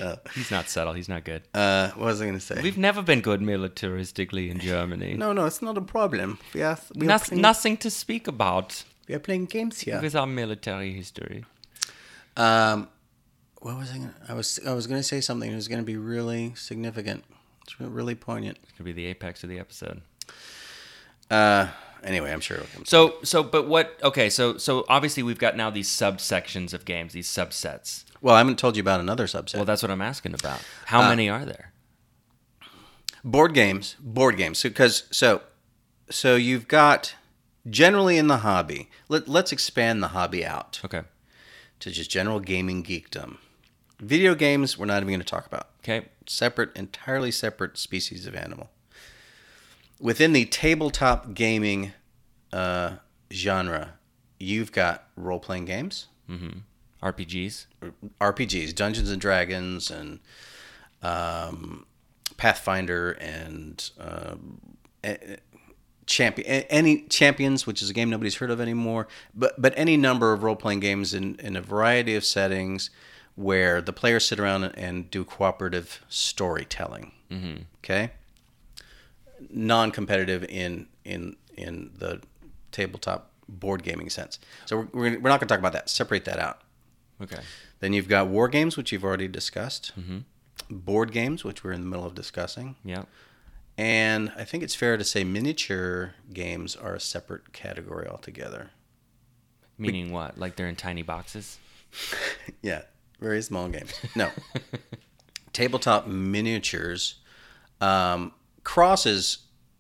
Speaker 1: Uh,
Speaker 2: He's not subtle. He's not good.
Speaker 1: uh, what was I going to say?
Speaker 2: We've never been good militaristically in Germany.
Speaker 1: no, no, it's not a problem. We are we are,
Speaker 2: Noth-
Speaker 1: playing,
Speaker 2: nothing to speak about
Speaker 1: we are playing games here.
Speaker 2: with our military history.
Speaker 1: Um, what was I? Gonna, I was I was going to say something. It was going to be really significant. It's really poignant.
Speaker 2: It's gonna be the apex of the episode.
Speaker 1: Uh, anyway, I'm sure. It'll come.
Speaker 2: So, so, but what? Okay, so, so obviously we've got now these subsections of games, these subsets.
Speaker 1: Well, I haven't told you about another subset.
Speaker 2: Well, that's what I'm asking about. How
Speaker 1: Uh,
Speaker 2: many are there?
Speaker 1: board games board games because so, so you've got generally in the hobby let, let's expand the hobby out
Speaker 2: Okay,
Speaker 1: to just general gaming geekdom video games we're not even going to talk about
Speaker 2: okay,
Speaker 1: separate entirely separate species of animal within the tabletop gaming uh, genre you've got role-playing games
Speaker 2: RPGs.
Speaker 1: RPGs, Dungeons and Dragons, and um, Pathfinder, and um, a- champion a- any champions, which is a game nobody's heard of anymore. But but any number of role playing games in in a variety of settings where the players sit around and do cooperative storytelling. Mm-hmm. Okay, non competitive in in in the tabletop board gaming sense. So we're, we're, gonna- we're not going to talk about that. Separate that out.
Speaker 2: Okay,
Speaker 1: Then you've got war games, which you've already discussed, board games, which we're in the middle of discussing,
Speaker 2: yeah.
Speaker 1: and I think it's fair to say miniature games are a separate category altogether.
Speaker 2: Meaning what? Like they're in tiny boxes?
Speaker 1: Yeah, very small games. No, tabletop miniatures um, crosses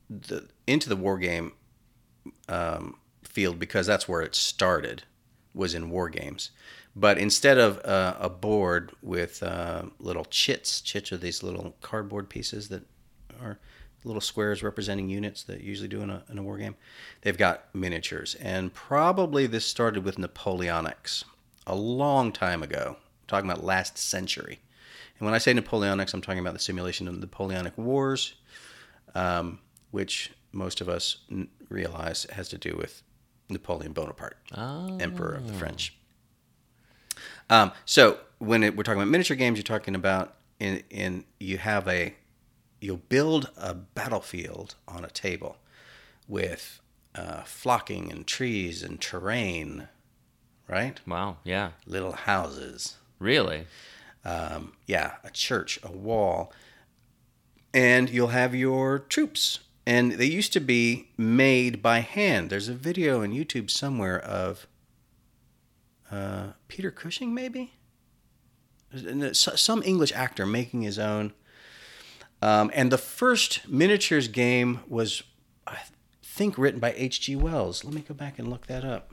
Speaker 1: the into the war game um, field because that's where it started was in war games. But instead of uh, a board with uh, little chits, chits are these little cardboard pieces that are little squares representing units that you usually do in a, in a war game. They've got miniatures, and probably this started with Napoleonics a long time ago. I'm talking about last century, and when I say Napoleonics, I'm talking about the simulation of the Napoleonic Wars um, which most of us n- realize has to do with Napoleon Bonaparte,
Speaker 2: Oh.
Speaker 1: Emperor of the French. Um, so when it, we're talking about miniature games, you're talking about in in you have a you'll build a battlefield on a table with uh, flocking and trees and terrain, right?
Speaker 2: Wow. Yeah.
Speaker 1: Little houses
Speaker 2: Really?
Speaker 1: um, yeah, a church, a wall, and you'll have your troops. And they used to be made by hand. There's a video on YouTube somewhere of uh, Peter Cushing, maybe And it's so- some English actor making his own. Um, and the first miniatures game was, I think, written by H.G. Wells. Let me go back and look that up.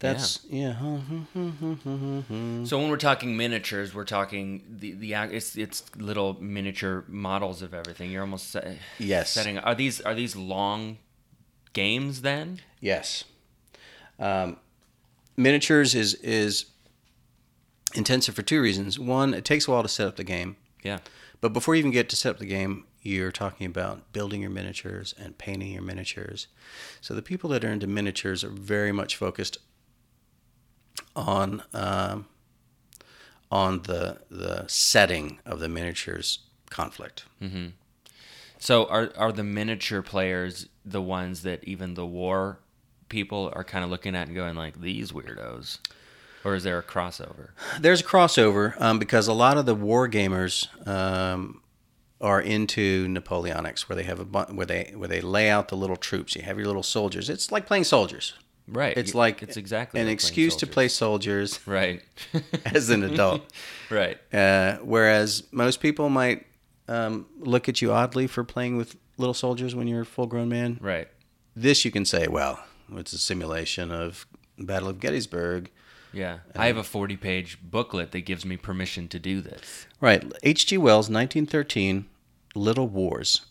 Speaker 1: That's yeah. Mm-hmm.
Speaker 2: So when we're talking miniatures, we're talking the the ac- it's it's little miniature models of everything. You're almost se-
Speaker 1: (laughs) Yes.
Speaker 2: setting. Are these are these long games then?
Speaker 1: Yes. Um, miniatures is is intensive for two reasons. One, it takes a while to set up the game,
Speaker 2: Yeah.
Speaker 1: but before you even get to set up the game, you're talking about building your miniatures and painting your miniatures. So the people that are into miniatures are very much focused on um, on the the setting of the miniatures conflict.
Speaker 2: So are are the miniature players the ones that even the war people are kind of looking at and going like these weirdos, or is there a crossover?
Speaker 1: There's a crossover um, because a lot of the war gamers um, are into Napoleonics, where they have a bu- where they where they lay out the little troops. You have your little soldiers. It's like playing soldiers.
Speaker 2: Right.
Speaker 1: It's like
Speaker 2: it's exactly
Speaker 1: an
Speaker 2: like playing
Speaker 1: excuse to
Speaker 2: soldiers.
Speaker 1: play soldiers (laughs)
Speaker 2: Right. (laughs)
Speaker 1: as an adult.
Speaker 2: right.
Speaker 1: Uh, whereas most people might um, look at you oddly for playing with little soldiers when you're a full grown man.
Speaker 2: Right.
Speaker 1: This you can say, well, it's a simulation of Battle of Gettysburg.
Speaker 2: Yeah. I have a 40 page booklet that gives me permission to do this.
Speaker 1: Right. H.G. Wells, 1913, Little Wars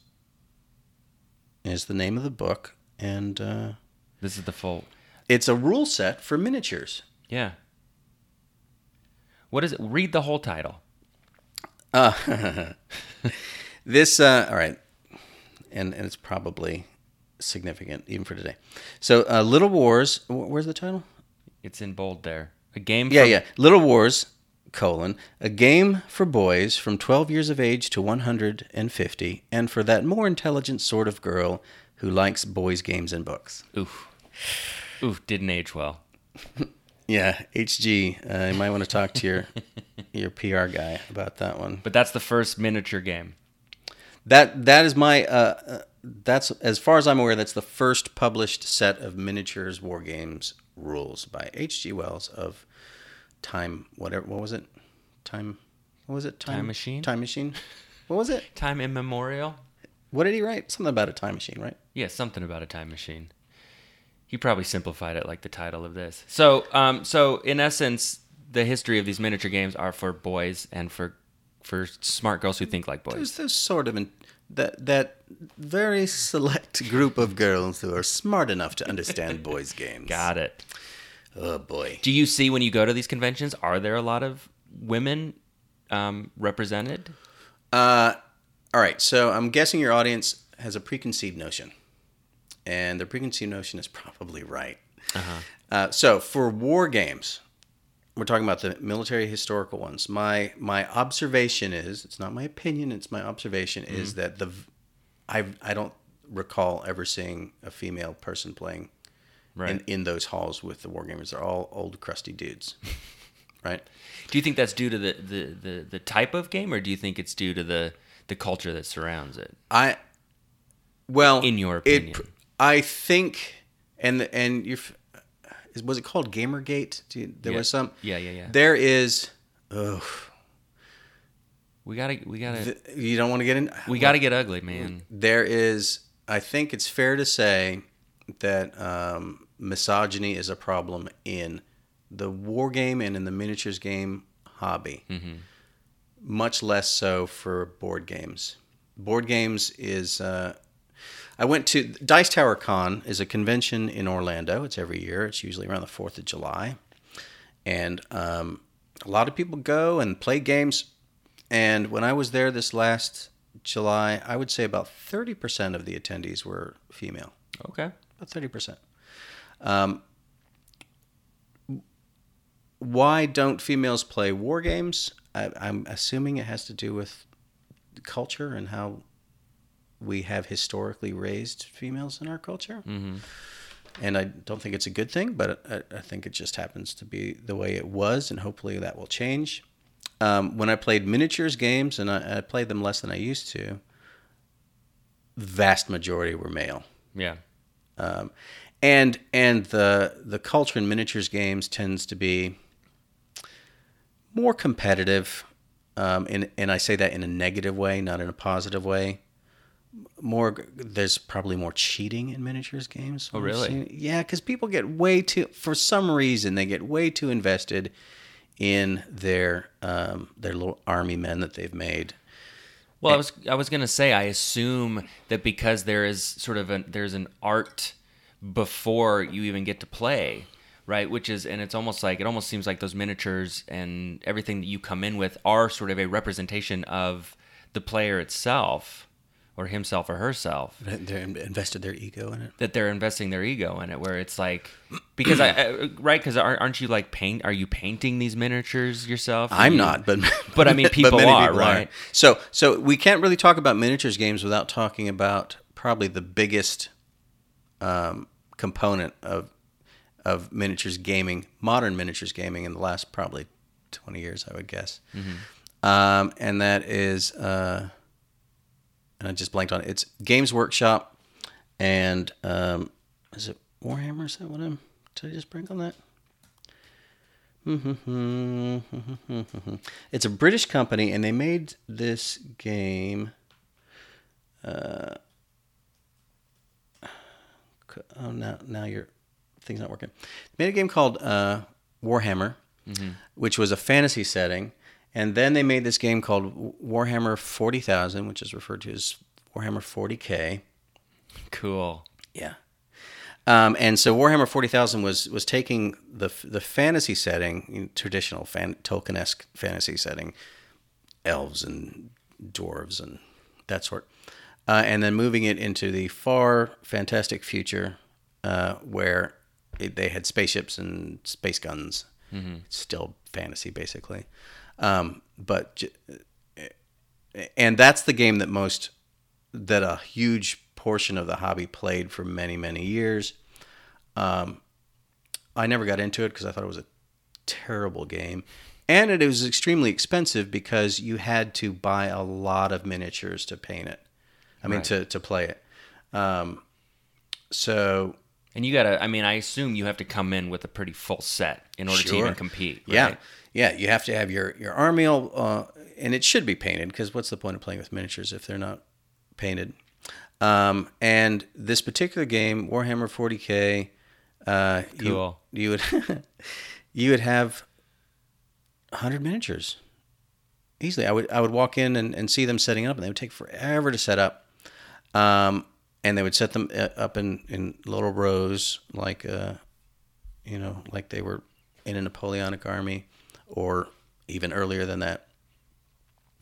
Speaker 1: is the name of the book. And uh,
Speaker 2: This is the full.
Speaker 1: it's a rule set for miniatures.
Speaker 2: Yeah. What is it? Read the whole title.
Speaker 1: Uh, (laughs) this, uh, all right, and, and it's probably significant even for today. So, uh, Little Wars, wh- where's the title?
Speaker 2: It's in bold there. A game.
Speaker 1: Yeah,
Speaker 2: for-
Speaker 1: yeah. Little Wars, colon, a game for boys from 12 years of age to 150, and for that more intelligent sort of girl who likes boys' games and books.
Speaker 2: Oof. Oof. Didn't age well.
Speaker 1: Yeah, HG, uh, you might want to talk to
Speaker 2: (laughs)
Speaker 1: your your PR guy about that one.
Speaker 2: But that's the first miniature game.
Speaker 1: That that is my uh, uh, that's as far as I'm aware. That's the first published set of miniatures war games rules by H.G. Wells of Time. Whatever. What was it? Time. What was it?
Speaker 2: Time Machine?
Speaker 1: Time machine. What was it?
Speaker 2: Time immemorial.
Speaker 1: What did he write? Something about a time machine, right?
Speaker 2: Yeah, something about a time machine. He probably simplified it like the title of this. So, um, so in essence, the history of these miniature games are for boys and for for smart girls who think like
Speaker 1: It
Speaker 2: boys.
Speaker 1: was this sort of an, that that very select group of girls who are smart enough to understand boys' games.
Speaker 2: (laughs) Got it.
Speaker 1: Oh boy.
Speaker 2: Do you see when you go to these conventions? Are there a lot of women um, represented?
Speaker 1: Uh, all right. So I'm guessing your audience has a preconceived notion, and their preconceived notion is probably right.
Speaker 2: Uh-huh.
Speaker 1: uh so for war games, we're talking about the military historical ones. My my observation is it's not my opinion. It's my observation
Speaker 2: Mm-hmm.
Speaker 1: is that the v- I I don't recall ever seeing a female person playing
Speaker 2: Right.
Speaker 1: in, in those halls with the war gamers. They're all old crusty
Speaker 2: (laughs)
Speaker 1: dudes, right?
Speaker 2: Do you think that's due to the, the, the, the type of game, or do you think it's due to the the culture that surrounds it?
Speaker 1: I well,
Speaker 2: In your
Speaker 1: it pr-
Speaker 2: opinion.
Speaker 1: I think and and you is was it called Gamergate? Do you, there
Speaker 2: Yeah.
Speaker 1: was some
Speaker 2: Yeah, yeah, yeah.
Speaker 1: There is oh,
Speaker 2: We gotta we gotta
Speaker 1: th- you don't want to get in
Speaker 2: we gotta get ugly, man.
Speaker 1: There is I think it's fair to say that um, misogyny is a problem in the war game and in the miniatures game hobby. Much less so for board games. Board games is uh, I went to Dice Tower Con is a convention in Orlando. It's every year. It's usually around the Fourth of July, and um, a lot of people go and play games. And when I was there this last July, I would say about thirty percent of the attendees were female.
Speaker 2: Okay.
Speaker 1: About thirty percent. Um, why don't females play war games? I, I'm assuming it has to do with culture and how we have historically raised females in our culture.
Speaker 2: Mm-hmm.
Speaker 1: And I don't think it's a good thing, but I, I think it just happens to be the way it was, and hopefully that will change. Um, when I played miniatures games, and I, I played them less than I used to, vast majority were male
Speaker 2: Yeah.
Speaker 1: um, and and the the culture in miniatures games tends to be more competitive, um, and and I say that in a negative way, not in a positive way. More, there's probably more cheating in miniatures games.
Speaker 2: Oh, really?
Speaker 1: Yeah, because people get way too, for some reason, they get way too invested in their um, their little army men that they've made.
Speaker 2: Well, I was I was gonna say I assume that because there is sort of an there's an art before you even get to play, right? Which is and it's almost like it almost seems like those miniatures and everything that you come in with are sort of a representation of the player itself or himself or herself
Speaker 1: They're invested their ego in it.
Speaker 2: that they're investing their ego in it where it's like because I, I right because aren't you like paint are you painting these miniatures yourself
Speaker 1: I'm
Speaker 2: You-
Speaker 1: not,
Speaker 2: (laughs)
Speaker 1: but
Speaker 2: Hmm.
Speaker 1: (laughs)
Speaker 2: But, I mean, people
Speaker 1: many
Speaker 2: are, right?
Speaker 1: So so we can't really talk about miniatures games without talking about probably the biggest um, component of of miniatures gaming, modern miniatures gaming, in the last probably twenty years, I would guess.
Speaker 2: Mm-hmm.
Speaker 1: Um, and that is, uh, and I just blanked on it. It's Games Workshop, and um, is it Warhammer? Is that what I'm? Did I just blank on that? Mm-hmm. it's a British company, and they made this game. uh, C- oh now now your thing's not working. They made a game called uh, Warhammer, which was a fantasy setting, and then they made this game called W- Warhammer Forty Thousand, which is referred to as Warhammer Forty K.
Speaker 2: Cool.
Speaker 1: Yeah. Um, and so Warhammer 40,000 was was taking the f- the fantasy setting, you know, traditional fan, Tolkien-esque fantasy setting, elves and dwarves and that sort, uh, and then moving it into the far fantastic future uh, where it, they had spaceships and space guns. Still fantasy, basically. Um, but j- and that's the game that most that a huge portion of the hobby played for many many years um, i never got into it because i thought it was a terrible game and it was extremely expensive because you had to buy a lot of miniatures to paint it i mean to, to play it um, so
Speaker 2: And you gotta. I mean, I assume you have to come in with a pretty full set in order to
Speaker 1: Sure.
Speaker 2: even compete.
Speaker 1: Yeah,
Speaker 2: right?
Speaker 1: yeah. You have to have your your army all, uh, and it should be painted because what's the point of playing with miniatures if they're not painted? Um, and this particular game, Warhammer 40k, uh, you-
Speaker 2: Cool.
Speaker 1: You, would (laughs) you would have 100 miniatures easily. I would I would walk in and, and see them setting up, and they would take forever to set up. Um, and they would set them uh, up in, in little rows, like uh, you know, like they were in a Napoleonic army, or even earlier than that.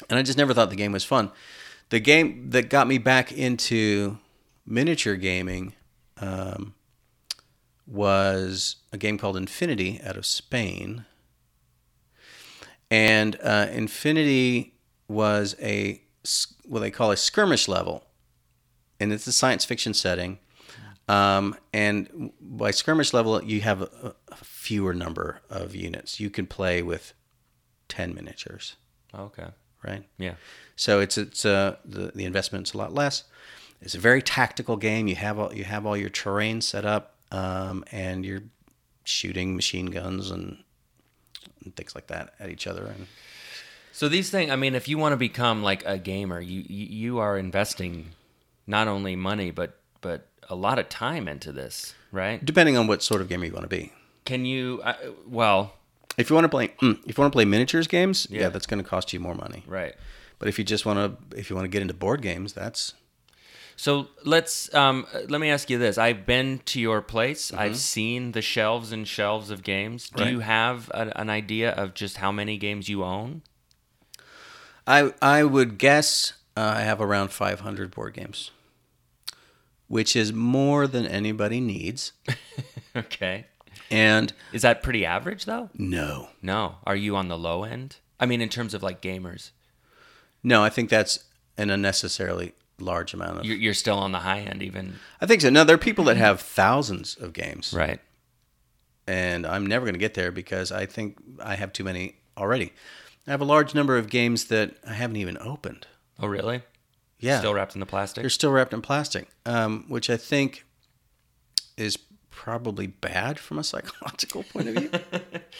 Speaker 1: And I just never thought the game was fun. The game that got me back into miniature gaming um, was a game called Infinity out of Spain and uh, Infinity was a s- what they call a skirmish level, and it's a science fiction setting. Um, and by skirmish level, you have a, a fewer number of units. You can play with ten miniatures,
Speaker 2: Okay.
Speaker 1: right?
Speaker 2: Yeah.
Speaker 1: So it's it's uh, the the investment's a lot less. It's a very tactical game. You have all you have all your terrain set up, um, and you're shooting machine guns and, and things like that at each other. And
Speaker 2: So these things, I mean, if you want to become like a gamer, you you you are investing not only money but but a lot of time into this, right?
Speaker 1: depending on what sort of gamer you want to be.
Speaker 2: Can you? I, well,
Speaker 1: If you want to play, mm, if you want to play miniatures games, yeah,
Speaker 2: Yeah.
Speaker 1: that's going to cost you more money.
Speaker 2: right.
Speaker 1: But if you just want to, if you want to get into board games, that's
Speaker 2: So let's um, let me ask you this: I've been to your place. I've seen the shelves and shelves of games. Do
Speaker 1: Right.
Speaker 2: you have a, an idea of just how many games you own?
Speaker 1: I I would guess uh, I have around 500 board games, which is more than anybody needs.
Speaker 2: okay,
Speaker 1: And
Speaker 2: is that pretty average though?
Speaker 1: no,
Speaker 2: No. Are you on the low end? I mean, in terms of like gamers,
Speaker 1: no, I think that's an unnecessarily large amount of.
Speaker 2: you're, you're still on the high end, even
Speaker 1: I think so. No, there are people that have thousands of games,
Speaker 2: Mm-hmm. right.
Speaker 1: and I'm never going to get there because I think I have too many already. I have a large number of games that I haven't even opened.
Speaker 2: Oh, really?
Speaker 1: Yeah,
Speaker 2: Still wrapped in the plastic?
Speaker 1: they're still wrapped in plastic, um, which I think is probably bad from a (laughs) psychological point of view.
Speaker 2: (laughs)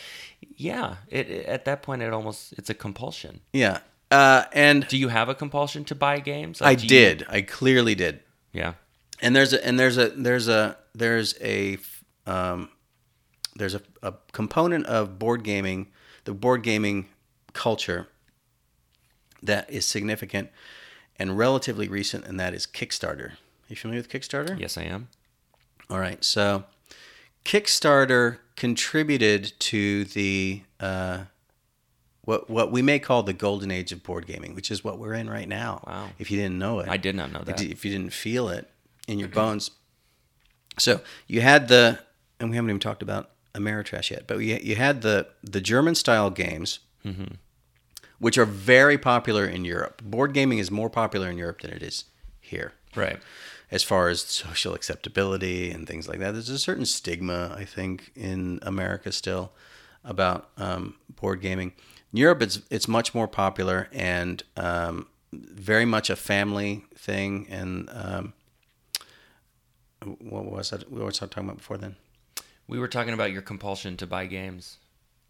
Speaker 2: yeah. It, it- at that point, it almost it's a compulsion.
Speaker 1: yeah, uh, and
Speaker 2: Do you have a compulsion to buy games? Like,
Speaker 1: I
Speaker 2: do you-
Speaker 1: did. I clearly did.
Speaker 2: yeah.
Speaker 1: And there's a and there's a there's a there's a um, there's a, a component of board gaming, the board gaming culture that is significant and relatively recent, and that is Kickstarter. You familiar with Kickstarter?
Speaker 2: Yes, I am.
Speaker 1: All right. So Kickstarter contributed to the uh, what what we may call the golden age of board gaming, which is what we're in right now.
Speaker 2: Wow.
Speaker 1: If you didn't know it,
Speaker 2: I did not know that.
Speaker 1: If you didn't feel it in your bones. So you had the, and we haven't even talked about Ameritrash yet, but you, you had the the German style games,
Speaker 2: Mm-hmm.
Speaker 1: which are very popular in Europe. Board gaming is more popular in Europe than it is here
Speaker 2: Right.
Speaker 1: as far as social acceptability and things like that. There's a certain stigma, I think, in America still about um, board gaming. In Europe, it's it's much more popular and um, very much a family thing. And um, what was that? What was I talking about before then?
Speaker 2: We were talking about your compulsion to buy games.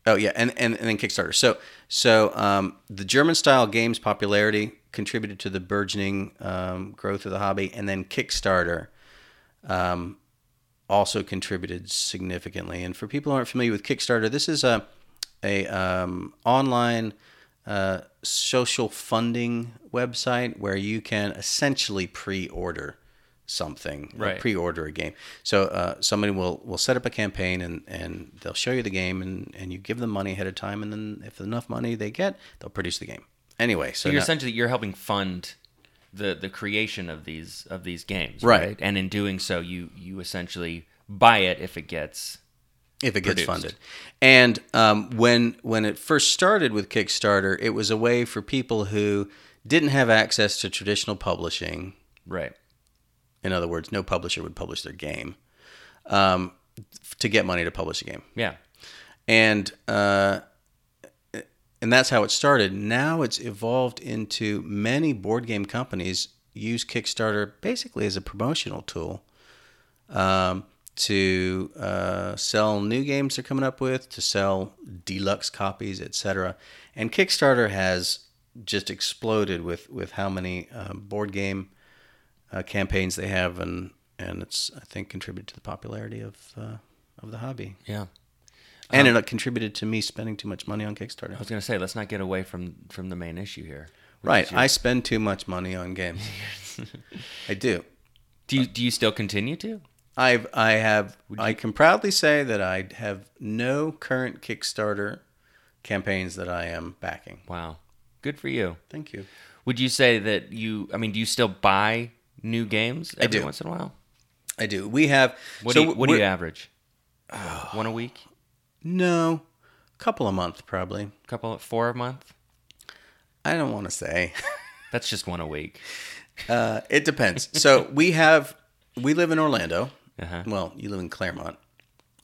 Speaker 1: Oh yeah, and and, and then Kickstarter. So so um, the German style games popularity contributed to the burgeoning um, growth of the hobby, and then Kickstarter um, also contributed significantly. And for people who aren't familiar with Kickstarter, this is a a um, online uh, social funding website where you can essentially pre-order something, or
Speaker 2: Right.
Speaker 1: pre-order a game. So uh, somebody will will set up a campaign and and they'll show you the game and and you give them money ahead of time, and then if enough money they get, they'll produce the game. Anyway, so
Speaker 2: So you're
Speaker 1: now-
Speaker 2: essentially you're helping fund the the creation of these of these games,
Speaker 1: Right.
Speaker 2: And in doing so, you you essentially buy it if it gets
Speaker 1: if it gets
Speaker 2: produced.
Speaker 1: funded. And um, when when it first started with Kickstarter, it was a way for people who didn't have access to traditional publishing.
Speaker 2: right.
Speaker 1: In other words, no publisher would publish their game um, to get money to publish a game,
Speaker 2: Yeah.
Speaker 1: and uh, and that's how it started. Now it's evolved into many board game companies use Kickstarter basically as a promotional tool um, to uh, sell new games they're coming up with, to sell deluxe copies, etc. And Kickstarter has just exploded with with how many uh, board game uh, campaigns they have, and and it's I think contributed to the popularity of uh, of the hobby,
Speaker 2: Yeah.
Speaker 1: and it
Speaker 2: Uh-huh.
Speaker 1: uh, contributed to me spending too much money on Kickstarter.
Speaker 2: I was gonna say let's not get away from from the main issue here. which
Speaker 1: Right,
Speaker 2: is your-
Speaker 1: I spend too much money on
Speaker 2: (laughs)
Speaker 1: games. I do.
Speaker 2: do you do you still continue to?
Speaker 1: I've I have I can proudly say that I have no current Kickstarter campaigns that I am backing.
Speaker 2: Wow. Good for you.
Speaker 1: Thank you.
Speaker 2: Would you say that you? I mean, do you still buy new games every
Speaker 1: do.
Speaker 2: once in a while?
Speaker 1: I do. We have
Speaker 2: What
Speaker 1: so
Speaker 2: do you, what do you
Speaker 1: we're-
Speaker 2: average? One a week,
Speaker 1: No, couple a month probably.
Speaker 2: couple four a month.
Speaker 1: I don't want to say. (laughs)
Speaker 2: That's just one a week.
Speaker 1: Uh, it depends. So we have we live in Orlando.
Speaker 2: Uh-huh.
Speaker 1: Well, you live in Claremont,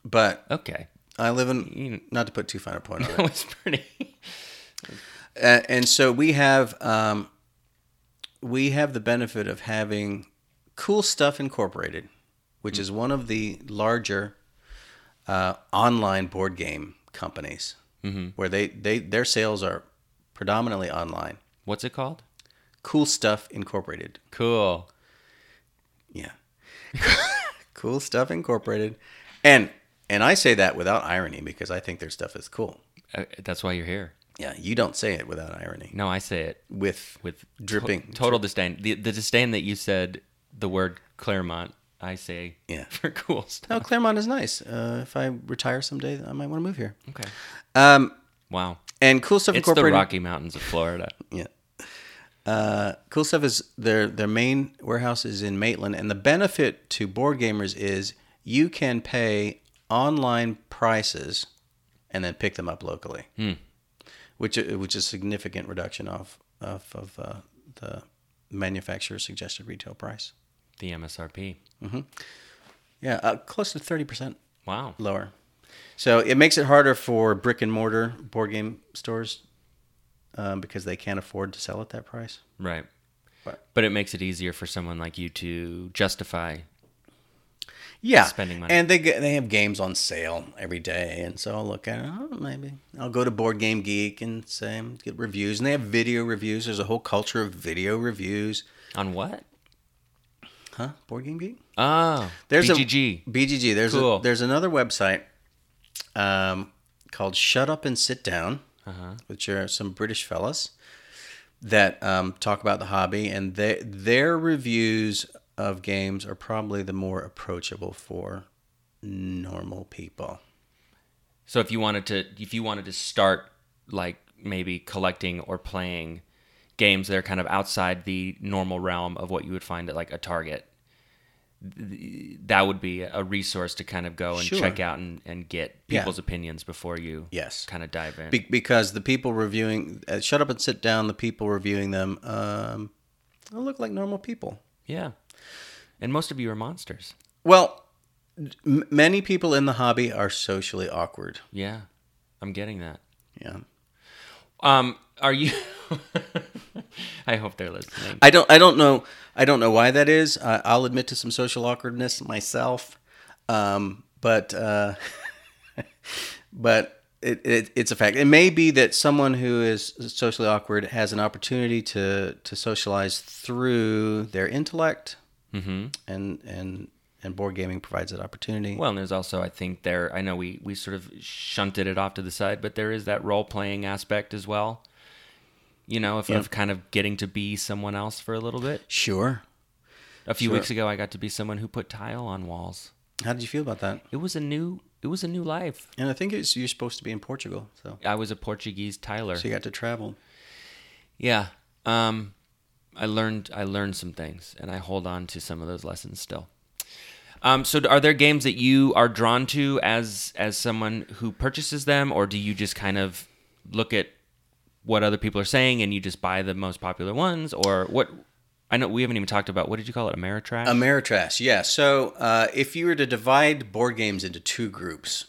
Speaker 1: but
Speaker 2: Okay,
Speaker 1: I live in
Speaker 2: You-
Speaker 1: not to put too fine a point on it.
Speaker 2: (laughs) that was pretty.
Speaker 1: uh, and so we have um, we have the benefit of having cool stuff incorporated which is one of the larger uh, online board game companies where they, they their sales are predominantly online
Speaker 2: What's it called?
Speaker 1: cool stuff incorporated
Speaker 2: Cool.
Speaker 1: yeah (laughs) cool stuff incorporated and and i say that without irony because i think their stuff is cool
Speaker 2: Uh, that's why you're here.
Speaker 1: yeah you don't say it without irony
Speaker 2: No, I say it
Speaker 1: with
Speaker 2: with to-
Speaker 1: Dripping.
Speaker 2: total disdain. The, the disdain that you said the word Claremont, I say
Speaker 1: Yeah.
Speaker 2: (laughs) for cool stuff.
Speaker 1: no claremont is nice uh, if i retire someday i might want to move here
Speaker 2: Okay.
Speaker 1: Um,
Speaker 2: Wow.
Speaker 1: and cool stuff
Speaker 2: It's the
Speaker 1: incorporated.
Speaker 2: Rocky Mountains of Florida.
Speaker 1: Yeah. Uh, cool stuff is their their main warehouse is in Maitland, and the benefit to board gamers is you can pay online prices and then pick them up locally,
Speaker 2: Hmm.
Speaker 1: which uh, which is significant reduction off off of uh, the manufacturer's suggested retail price.
Speaker 2: The MSRP.
Speaker 1: Yeah, uh, close to thirty percent
Speaker 2: Wow.
Speaker 1: lower. So it makes it harder for brick and mortar board game stores um, because they can't afford to sell at that price.
Speaker 2: Right.
Speaker 1: But-
Speaker 2: But it makes it easier for someone like you to justify.
Speaker 1: Yeah,
Speaker 2: Spending money.
Speaker 1: and they get- they have games on sale every day, and so I'll look at it. Oh, maybe I'll go to Board Game Geek and say get reviews, and they have video reviews. There's a whole culture of video reviews,
Speaker 2: On what?
Speaker 1: huh? Board Game Geek.
Speaker 2: Oh,
Speaker 1: There's a-
Speaker 2: BGG.
Speaker 1: BGG. There's
Speaker 2: Cool.
Speaker 1: a, there's another website um, called Shut Up and Sit Down, which are some British fellas that um, talk about the hobby, and they, their reviews of games are probably the more approachable for normal people.
Speaker 2: So if you wanted to, if you wanted to start like maybe collecting or playing games that are kind of outside the normal realm of what you would find at like a Target, th- that would be a resource to kind of go and
Speaker 1: Sure.
Speaker 2: check out and, and get
Speaker 1: Yeah.
Speaker 2: people's opinions before you
Speaker 1: Yes.
Speaker 2: kind of dive in.
Speaker 1: Be- because the people reviewing, uh, shut up and sit down. The people reviewing them um, they look like normal people.
Speaker 2: yeah. And most of you are monsters.
Speaker 1: Well, m- many people in the hobby are socially awkward.
Speaker 2: Yeah, I'm getting that.
Speaker 1: Yeah.
Speaker 2: Um, are you? (laughs) I hope they're listening.
Speaker 1: I don't. I don't know. I don't know why that is. Uh, I'll admit to some social awkwardness myself, um, but uh, (laughs) but it, it, it's a fact. It may be that someone who is socially awkward has an opportunity to to socialize through their intellect,
Speaker 2: Mm-hmm.
Speaker 1: and and and board gaming provides that opportunity.
Speaker 2: Well, and there's also, I think, there, I know we, we sort of shunted it off to the side, but there is that role playing aspect as well. You know, of, of kind of getting to be someone else for a little bit.
Speaker 1: sure.
Speaker 2: A few
Speaker 1: Sure.
Speaker 2: weeks ago, I got to be someone who put tile on walls.
Speaker 1: How did you feel about that?
Speaker 2: It was a new, it was a new life.
Speaker 1: And I think it's you're supposed to be in Portugal, so
Speaker 2: I was a Portuguese tiler.
Speaker 1: so you got to travel.
Speaker 2: Yeah. Um, I learned, I learned some things, and I hold on to some of those lessons still. Um, so, are there games that you are drawn to as as someone who purchases them, or do you just kind of look at what other people are saying and you just buy the most popular ones, or what? I know we haven't even talked about what did you call it, Ameritrash?
Speaker 1: Ameritrash, yeah. So uh, if you were to divide board games into two groups,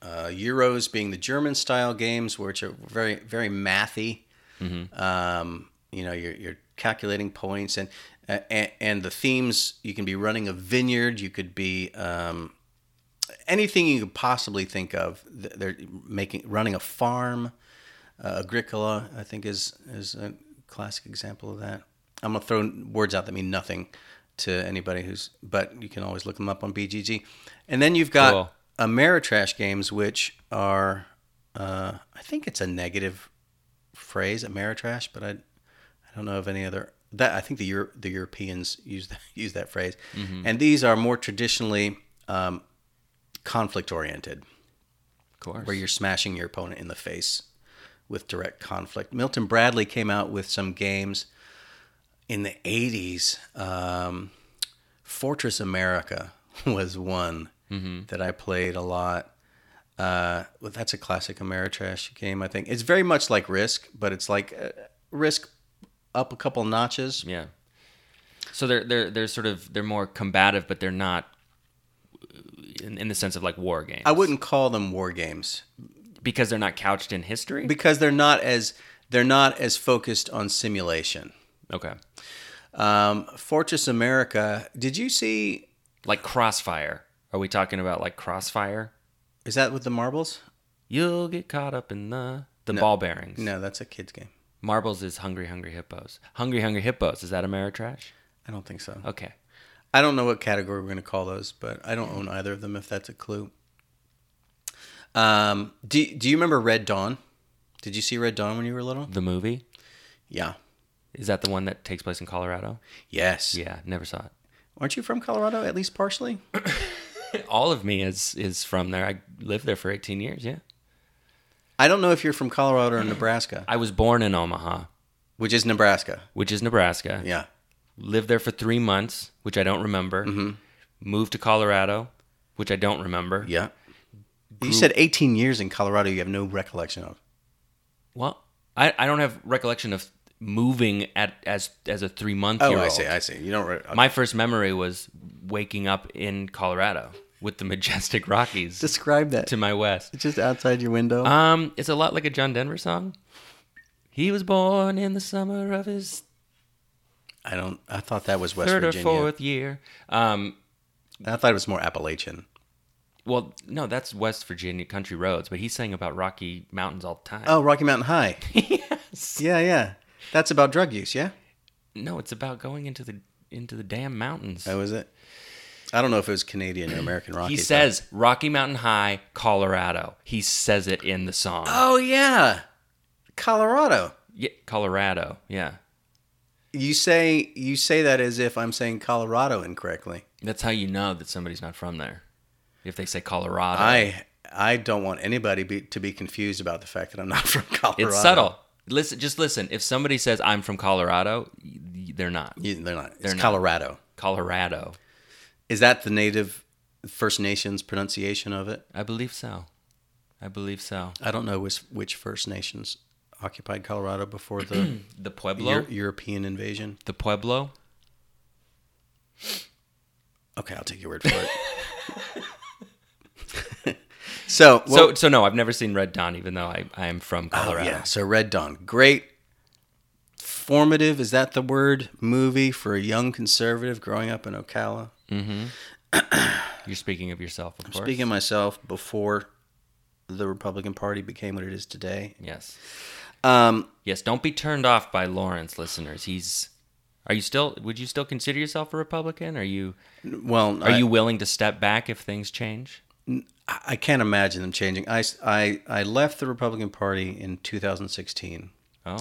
Speaker 1: uh, Euros being the German style games, which are very very mathy. Um, you know, you're, you're calculating points and, uh, and and the themes. You can be running a vineyard. You could be um, anything you could possibly think of. Th- They're making running a farm. Uh, Agricola, I think, is is a classic example of that. I'm gonna throw words out that mean nothing to anybody who's, but you can always look them up on BGG. And then you've got
Speaker 2: Cool.
Speaker 1: Ameritrash games, which are, uh, I think it's a negative phrase, Ameritrash, but I, I don't know of any other. That I think the Euro, the Europeans use that, (laughs) use that phrase, and these are more traditionally um, conflict oriented
Speaker 2: of course.
Speaker 1: where you're smashing your opponent in the face with direct conflict. Milton Bradley came out with some games in the 80s. Um, Fortress America (laughs) was one that I played a lot. Uh, well, that's a classic Ameritrash game, I think. It's very much like Risk, but it's like uh, Risk up a couple notches.
Speaker 2: yeah. So they're they're they're sort of they're more combative, but they're not in, in the sense of like war games.
Speaker 1: I wouldn't call them war games
Speaker 2: because they're not couched in history.
Speaker 1: because they're not as they're not as focused on simulation.
Speaker 2: okay,
Speaker 1: Um, Fortress America. Did you see?
Speaker 2: like Crossfire. Are we talking about like Crossfire?
Speaker 1: Is that with the marbles?
Speaker 2: You'll get caught up in the the ball bearings.
Speaker 1: No, that's a kids game.
Speaker 2: Marbles is Hungry Hungry Hippos. Hungry Hungry Hippos is that Ameritrash?
Speaker 1: I don't think so.
Speaker 2: Okay,
Speaker 1: I don't know what category we're going to call those, but I don't own either of them. If that's a clue. Um, do Do you remember Red Dawn? Did you see Red Dawn when you were little?
Speaker 2: the movie
Speaker 1: Yeah.
Speaker 2: is that the one that takes place in Colorado?
Speaker 1: Yes.
Speaker 2: Yeah, never saw it.
Speaker 1: Aren't you from Colorado, at least partially?
Speaker 2: All of me is is from there. I lived there for 18 years. Yeah,
Speaker 1: I don't know if you're from Colorado or Nebraska,
Speaker 2: I was born in Omaha,
Speaker 1: which is Nebraska.
Speaker 2: which is Nebraska.
Speaker 1: Yeah.
Speaker 2: Lived there for three months, which I don't remember.
Speaker 1: Mm-hmm.
Speaker 2: Moved to Colorado, which I don't remember.
Speaker 1: Yeah. You said 18 years in Colorado. You have no recollection of.
Speaker 2: Well, I, I don't have recollection of moving at as as a three month
Speaker 1: Oh,
Speaker 2: year
Speaker 1: I
Speaker 2: old.
Speaker 1: see. I see. You don't. Re-
Speaker 2: My first memory was waking up in Colorado with the majestic Rockies
Speaker 1: Describe that.
Speaker 2: to my west.
Speaker 1: It's just outside your window.
Speaker 2: Um, it's a lot like a John Denver song. He was born in the summer of his
Speaker 1: I don't. I thought that was West
Speaker 2: third or
Speaker 1: Virginia.
Speaker 2: fourth year. Um,
Speaker 1: I thought it was more Appalachian.
Speaker 2: well, no, that's West Virginia country roads, but he sang about Rocky Mountains all the time.
Speaker 1: Oh, Rocky Mountain High.
Speaker 2: (laughs) yes.
Speaker 1: yeah, yeah. That's about drug use. Yeah.
Speaker 2: No, it's about going into the into the damn mountains.
Speaker 1: That was it. I don't know if it was Canadian or American Rocky.
Speaker 2: He says Rocky Mountain High, Colorado. He says it in the song.
Speaker 1: "Oh yeah, Colorado."
Speaker 2: Yeah, Colorado. Yeah.
Speaker 1: You say you say that as if I'm saying Colorado incorrectly.
Speaker 2: That's how you know that somebody's not from there. If they say Colorado,
Speaker 1: I I don't want anybody be, to be confused about the fact that I'm (laughs) not from Colorado.
Speaker 2: it's subtle. Listen, just listen. If somebody says I'm from Colorado, y- y- they're not.
Speaker 1: You- they're not. It's
Speaker 2: not.
Speaker 1: Colorado.
Speaker 2: Colorado.
Speaker 1: Is that the native First Nations pronunciation of it?
Speaker 2: I believe so. I believe so.
Speaker 1: I don't know which, which First Nations occupied Colorado before
Speaker 2: (clears throat)
Speaker 1: the
Speaker 2: The Pueblo.
Speaker 1: Euro- European invasion.
Speaker 2: the Pueblo.
Speaker 1: Okay, I'll take your word for
Speaker 2: (laughs)
Speaker 1: it. so,
Speaker 2: so, so no, I've never seen Red Dawn, even though I, I am from
Speaker 1: oh,
Speaker 2: Colorado.
Speaker 1: yeah. So Red Dawn, great formative is that the word movie for a young conservative growing up in Ocala.
Speaker 2: You're speaking of yourself, of course.
Speaker 1: Speaking of myself, before the Republican Party became what it is today.
Speaker 2: yes.
Speaker 1: Um,
Speaker 2: Yes, don't be turned off by Lawrence, listeners. He's. Are you still? Would you still consider yourself a Republican? Are you?
Speaker 1: well,
Speaker 2: Are
Speaker 1: I,
Speaker 2: you willing to step back if things change?
Speaker 1: I can't imagine them changing. I, I, I left the Republican Party in 2016
Speaker 2: Oh,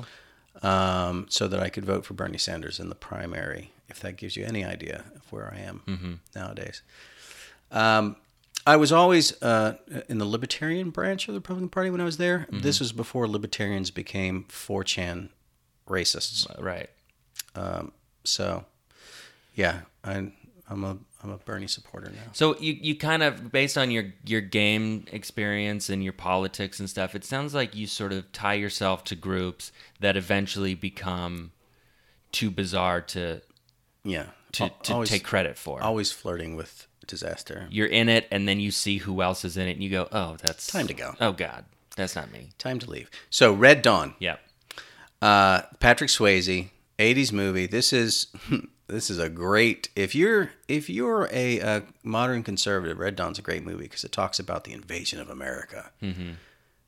Speaker 1: um, so that I could vote for Bernie Sanders in the primary, if that gives you any idea of where I am
Speaker 2: Mm-hmm.
Speaker 1: nowadays. Um, I was always uh, in the libertarian branch of the Republican Party when I was there.
Speaker 2: Mm-hmm.
Speaker 1: This was before libertarians became 4chan racists.
Speaker 2: right.
Speaker 1: So, yeah, I, I'm a I'm a Bernie supporter now.
Speaker 2: So you you kind of based on your your game experience and your politics and stuff, it sounds like you sort of tie yourself to groups that eventually become too bizarre to
Speaker 1: Yeah,
Speaker 2: to,
Speaker 1: Al-
Speaker 2: to
Speaker 1: always,
Speaker 2: take credit for.
Speaker 1: always flirting with disaster.
Speaker 2: You're in it, and then you see who else is in it, and you go, "Oh, that's
Speaker 1: Time to go.
Speaker 2: Oh God, that's not me.
Speaker 1: Time to leave. So, Red Dawn,
Speaker 2: Yep.
Speaker 1: uh, Patrick Swayze, '80s movie. This is (laughs) this is a great. If you're if you're a, uh modern conservative, Red Dawn's a great movie because it talks about the invasion of America,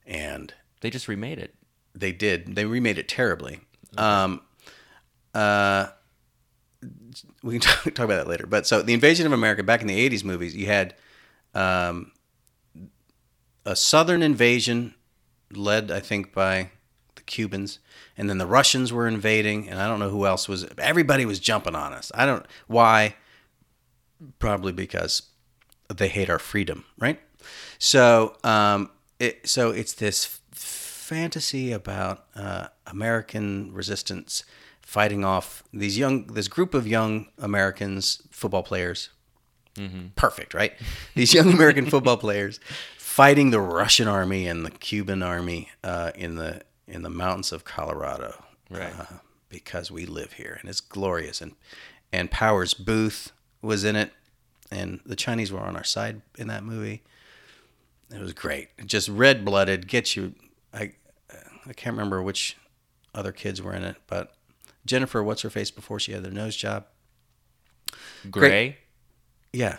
Speaker 1: and
Speaker 2: They just remade it.
Speaker 1: They did. They remade it terribly. Um, uh, we can (laughs) talk, talk about that later. But so the invasion of America back in the '80s movies, you had um, a southern invasion led, I think, by the Cubans, and then the Russians were invading, and I don't know who else was. Everybody was jumping on us. I don't why. Probably because they hate our freedom, right? So, um, it, so it's this f- fantasy about uh, American resistance fighting off these young, this group of young Americans, football players. Perfect, right? (laughs) These young American football players fighting the Russian army and the Cuban army uh, in the in the mountains of Colorado,
Speaker 2: Right.
Speaker 1: Uh, because we live here and it's glorious. And and Powers Booth was in it, and the Chinese were on our side in that movie. It was great. Just red blooded. Get you. I I can't remember which other kids were in it, but Jennifer, what's her face before she had their nose job?
Speaker 2: Gray.
Speaker 1: Yeah,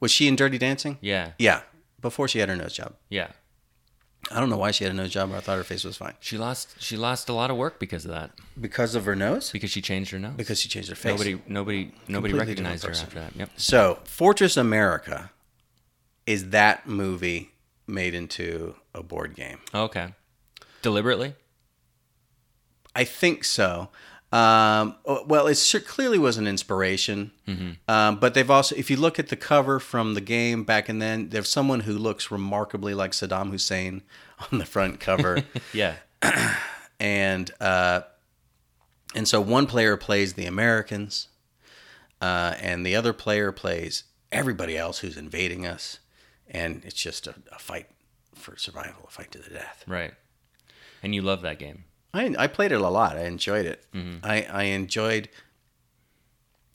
Speaker 1: was she in Dirty Dancing?
Speaker 2: Yeah.
Speaker 1: Yeah, before she had her nose job.
Speaker 2: Yeah.
Speaker 1: I don't know why she had a nose job, but I thought her face was fine
Speaker 2: She lost. She lost a lot of work because of that.
Speaker 1: because of her nose.
Speaker 2: Because she changed her nose.
Speaker 1: Because she changed her face.
Speaker 2: nobody. Nobody. Nobody
Speaker 1: Completely
Speaker 2: recognized her
Speaker 1: different
Speaker 2: after that. Yep.
Speaker 1: So, Fortress America is that movie made into a board game?
Speaker 2: Okay. Deliberately.
Speaker 1: I think so. Um, well, it sure clearly was an inspiration, um, but they've also, if you look at the cover from the game back and then, there's someone who looks remarkably like Saddam Hussein (laughs) on the front cover,
Speaker 2: Yeah.
Speaker 1: and uh, and so one player plays the Americans, uh, and the other player plays everybody else who's invading us, and it's just a, a fight for survival, a fight to the death.
Speaker 2: Right. And you love that game.
Speaker 1: I, I played it a lot. I enjoyed it. I, I enjoyed,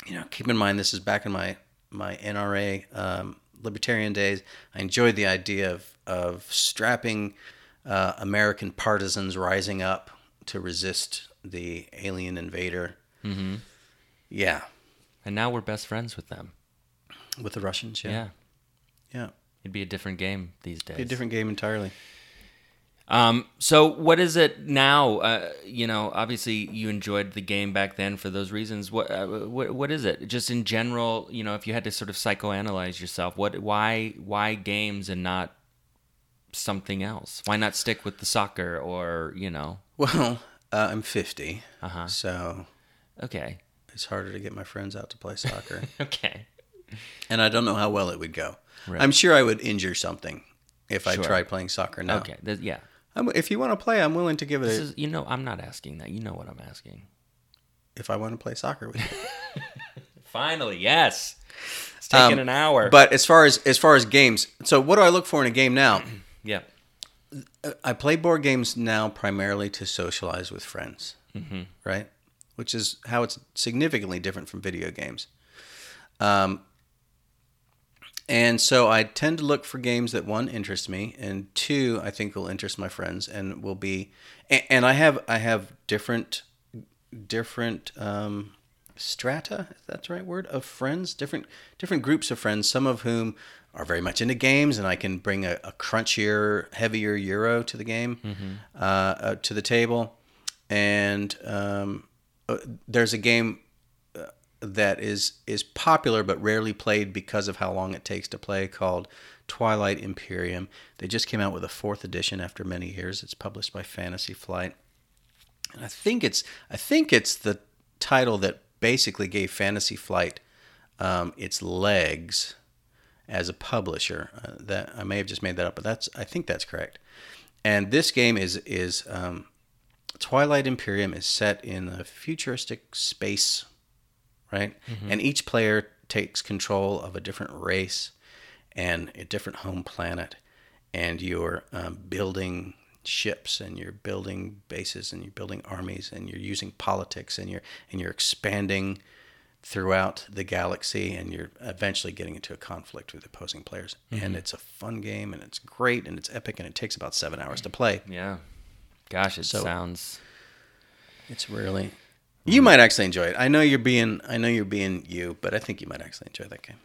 Speaker 1: you know, keep in mind this is back in my my NRA um, libertarian days. I enjoyed the idea of of strapping uh, American partisans rising up to resist the alien invader. Mm-hmm. Yeah,
Speaker 2: And now we're best friends with them.
Speaker 1: with the Russians.
Speaker 2: Yeah.
Speaker 1: Yeah, yeah,
Speaker 2: It'd be a different game these days.
Speaker 1: Be a different game entirely. (laughs)
Speaker 2: Um, so what is it now? Uh, you know, obviously you enjoyed the game back then for those reasons. What, uh, what what is it? Just in general, you know, if you had to sort of psychoanalyze yourself, what why why games and not something else? Why not stick with the soccer or, you know,
Speaker 1: Well, uh, I'm 50,
Speaker 2: Uh-huh.
Speaker 1: so
Speaker 2: okay.
Speaker 1: it's harder to get my friends out to play soccer.
Speaker 2: (laughs) Okay.
Speaker 1: and I don't know how well it would go.
Speaker 2: Right.
Speaker 1: I'm sure I would injure something if I
Speaker 2: Sure.
Speaker 1: tried playing soccer now.
Speaker 2: Okay. Th- yeah.
Speaker 1: I'm, if you want to play, I'm willing to give it.
Speaker 2: This
Speaker 1: a,
Speaker 2: is, you know, I'm not asking that. You know what I'm asking.
Speaker 1: if I want to play soccer with
Speaker 2: (laughs)
Speaker 1: you,
Speaker 2: Finally, yes. It's taken
Speaker 1: Um,
Speaker 2: an hour.
Speaker 1: but as far as as far as games, so what do I look for in a game now?
Speaker 2: yeah,
Speaker 1: I play board games now primarily to socialize with friends, right? Which is how it's significantly different from video games. Um, And so I tend to look for games that one interest me, and two I think will interest my friends, and will be, and, and I have I have different different um, strata. If that's the right word of friends, different different groups of friends. Some of whom are very much into games, and I can bring a, a crunchier, heavier euro to the game, uh, uh, to the table. And um, uh, there's a game uh, that is is popular but rarely played because of how long it takes to play called Twilight Imperium. They just came out with a fourth edition after many years. It's published by Fantasy Flight. And I think it's I think it's the title that basically gave Fantasy Flight um, its legs as a publisher. Uh, that I may have just made that up, but that's I think that's correct. And this game is is um, Twilight Imperium is set in a futuristic space right? And each player takes control of a different race and a different home planet, and you're um, building ships and you're building bases and you're building armies and you're using politics and you're and you're expanding throughout the galaxy and you're eventually getting into a conflict with opposing players and it's a fun game and it's great and it's epic and it takes about 7 hours to play
Speaker 2: Yeah. Gosh, it
Speaker 1: So-
Speaker 2: sounds.
Speaker 1: It's really. You might actually enjoy it. I know you're being. I know you're being you, but I think you might actually enjoy that game.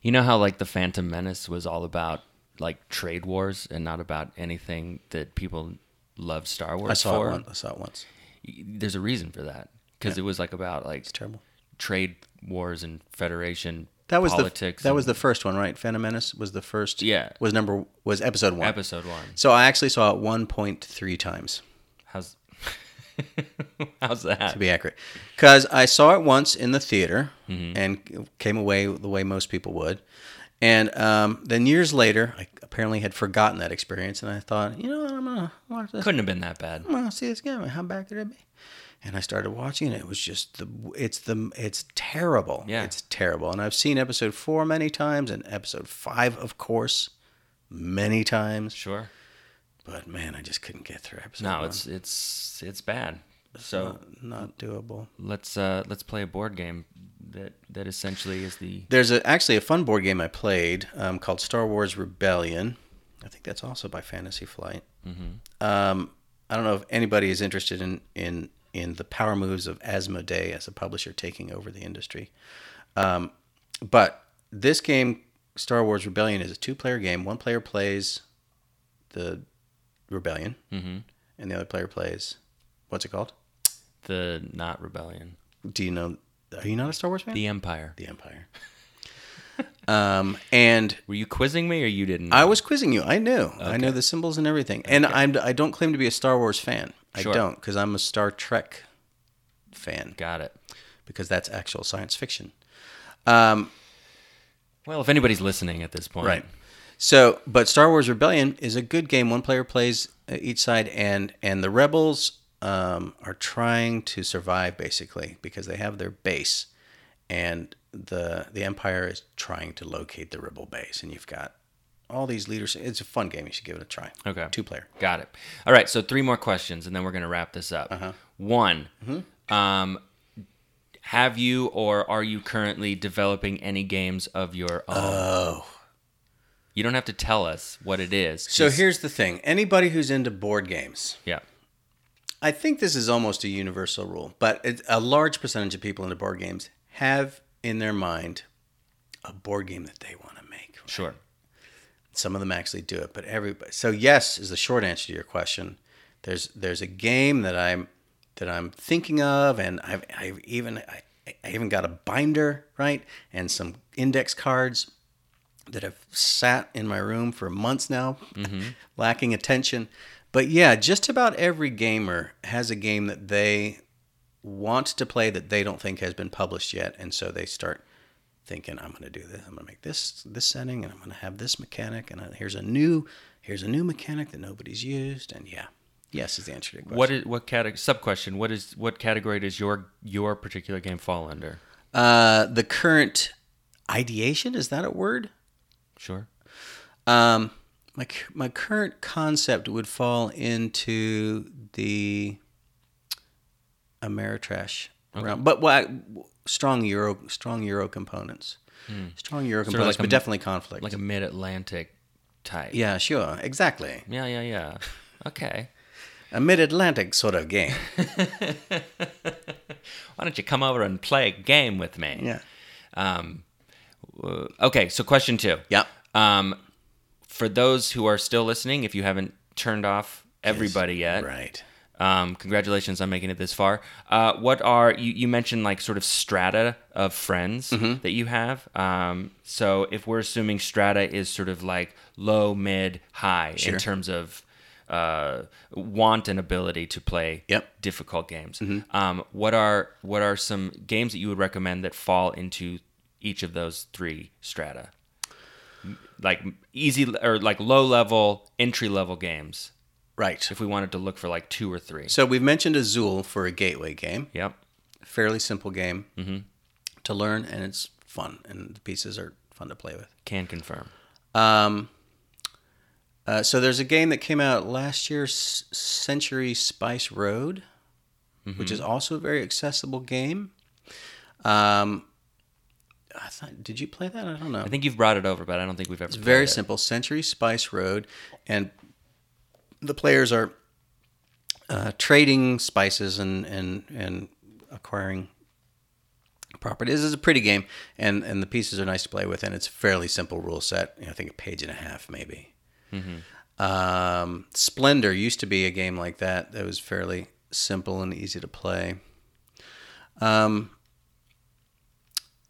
Speaker 2: You know how like the Phantom Menace was all about like trade wars and not about anything that people love Star Wars
Speaker 1: I saw
Speaker 2: for.
Speaker 1: it once. I saw it once.
Speaker 2: Y- There's a reason for that because it was like about like
Speaker 1: It's terrible.
Speaker 2: trade wars and federation
Speaker 1: That was
Speaker 2: politics.
Speaker 1: the. That
Speaker 2: and
Speaker 1: was the first one, right? Phantom Menace was the first.
Speaker 2: Yeah.
Speaker 1: Was number was episode one.
Speaker 2: episode one.
Speaker 1: So I actually saw it 1.3 times
Speaker 2: How's (laughs) how's that?
Speaker 1: to be accurate, because I saw it once in the theater
Speaker 2: Mm-hmm.
Speaker 1: and came away the way most people would, and um, then years later I apparently had forgotten that experience, and I thought, you know, what, I'm gonna watch this
Speaker 2: Couldn't have been that bad.
Speaker 1: I'm gonna see this game. How bad could it be? And I started watching it. It was just the it's the it's terrible.
Speaker 2: Yeah.
Speaker 1: it's terrible. And I've seen episode four many times, and episode five, of course, many times.
Speaker 2: Sure.
Speaker 1: But man, I just couldn't get through episode.
Speaker 2: No,
Speaker 1: one.
Speaker 2: it's it's it's bad. So
Speaker 1: not doable.
Speaker 2: let's uh let's play a board game that that essentially is the
Speaker 1: There's a, actually a fun board game I played um, called Star Wars Rebellion. I think that's also by Fantasy Flight. Um, I don't know if anybody is interested in in in the power moves of Asmodee as a publisher taking over the industry. Um, but this game, Star Wars Rebellion, is a two-player game. One player plays the rebellion, and the other player plays what's it called?
Speaker 2: the not rebellion.
Speaker 1: Do you know? Are you not a Star Wars fan?
Speaker 2: The Empire.
Speaker 1: the Empire. (laughs) um, and
Speaker 2: Were you quizzing me or you didn't?
Speaker 1: I was quizzing you. I knew. I know the symbols and everything. And I'm, I don't claim to be a Star Wars fan. I
Speaker 2: Sure.
Speaker 1: don't, because I'm a Star Trek fan,
Speaker 2: Got it.
Speaker 1: because that's actual science fiction. Um,
Speaker 2: Well, if anybody's listening at this point,
Speaker 1: Right. So, but Star Wars Rebellion is a good game. One player plays uh, each side, and and the rebels um, are trying to survive basically because they have their base, and the the Empire is trying to locate the rebel base, and you've got all these leaders. It's a fun game. You should give it a try.
Speaker 2: Okay.
Speaker 1: Two player.
Speaker 2: Got it. All right. So three more questions, and then we're going to wrap this up.
Speaker 1: Uh-huh.
Speaker 2: One.
Speaker 1: Mm-hmm.
Speaker 2: Um, have you or are you currently developing any games of your own?
Speaker 1: Oh.
Speaker 2: you don't have to tell us what it is. 'cause-
Speaker 1: So here's the thing. Anybody who's into board games,
Speaker 2: yeah,
Speaker 1: I think this is almost a universal rule, but it, a large percentage of people into board games have in their mind a board game that they want to make.
Speaker 2: sure.
Speaker 1: Some of them actually do it, but everybody. So yes is the short answer to your question. There's there's a game that I'm that I'm thinking of, and I've, I've even I, I even got a binder right and some index cards that have sat in my room for months now, (laughs) lacking attention. But yeah, just about every gamer has a game that they want to play that they don't think has been published yet, and so they start thinking, "I'm going to do this. I'm going to make this this setting, and I'm going to have this mechanic, and I, here's a new here's a new mechanic that nobody's used." And yeah, yes is the answer to your question.
Speaker 2: What is what category? Sub question. What is what category does your your particular game fall under?
Speaker 1: Uh, the current ideation is that a word?
Speaker 2: Sure.
Speaker 1: Um, my cu- my current concept would fall into the Ameritrash realm, but why strong euro strong euro components. Strong Euro
Speaker 2: Hmm. of
Speaker 1: components,
Speaker 2: like a
Speaker 1: but
Speaker 2: m-
Speaker 1: definitely conflict.
Speaker 2: like a mid Atlantic type.
Speaker 1: yeah, sure, exactly.
Speaker 2: Yeah, yeah, yeah. Okay.
Speaker 1: A mid-Atlantic sort of game.
Speaker 2: (laughs) Why don't you come over and play a game with me?
Speaker 1: Yeah.
Speaker 2: Um, w- okay, so question two.
Speaker 1: Yeah.
Speaker 2: Um, for those who are still listening, if you haven't turned off everybody yet,
Speaker 1: Right.
Speaker 2: um, congratulations on making it this far. Uh, what are you, you mentioned like sort of strata of friends that you have? Um, so if we're assuming strata is sort of like low, mid, high in terms of uh, want and ability to play
Speaker 1: Yep.
Speaker 2: difficult games, um, what are what are some games that you would recommend that fall into each of those three strata? Like easy or like low level, entry level games
Speaker 1: Right.
Speaker 2: if we wanted to look for like two or three.
Speaker 1: So we've mentioned Azul for a gateway game.
Speaker 2: Yep.
Speaker 1: Fairly simple game
Speaker 2: Mm-hmm.
Speaker 1: to learn, and it's fun, and the pieces are fun to play with.
Speaker 2: Can confirm.
Speaker 1: Um, uh, so there's a game that came out last year, S- Century Spice Road, which is also a very accessible game. Um, I thought, did you play that? I don't know.
Speaker 2: I think you've brought it over, but I don't think we've ever.
Speaker 1: It's very
Speaker 2: played it.
Speaker 1: simple. Century Spice Road, and the players are uh, trading spices and and and acquiring properties. It's a pretty game, and and the pieces are nice to play with, and it's a fairly simple rule set. You know, I think a page and a half maybe. Um, Splendor used to be a game like that that was fairly simple and easy to play. Um,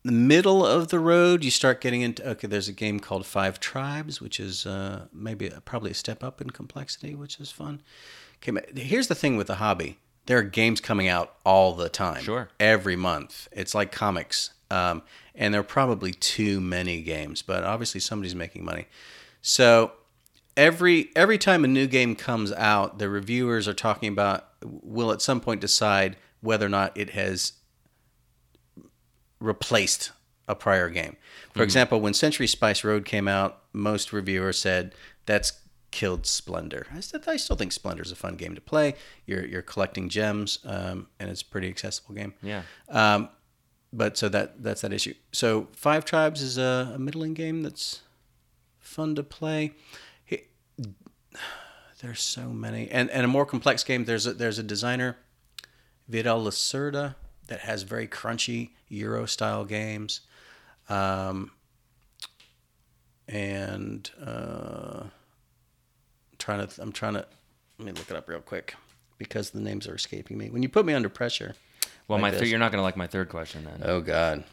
Speaker 1: the middle of the road, you start getting into okay. There's a game called Five Tribes, which is uh, maybe probably a step up in complexity, which is fun. Okay, ma- here's the thing with the hobby: there are games coming out all the time,
Speaker 2: Sure.
Speaker 1: every month. It's like comics, um, and there are probably too many games, but obviously somebody's making money. So every every time a new game comes out, the reviewers are talking about will at some point decide whether or not it has replaced a prior game. For example, when Century Spice Road came out, most reviewers said that's killed Splendor. I, said, I still think Splendor is a fun game to play. You're you're collecting gems, um, and it's a pretty accessible game.
Speaker 2: Yeah.
Speaker 1: Um, but so that that's that issue. So Five Tribes is a, a middling game that's fun to play. He- There's so many, and and a more complex game. There's a, there's a designer, Vidal Lacerda, that has very crunchy Euro style games, um, and uh, trying to I'm trying to let me look it up real quick because the names are escaping me. When you put me under pressure,
Speaker 2: Well,
Speaker 1: like
Speaker 2: my
Speaker 1: this.
Speaker 2: third. You're not gonna like my third question then.
Speaker 1: oh god.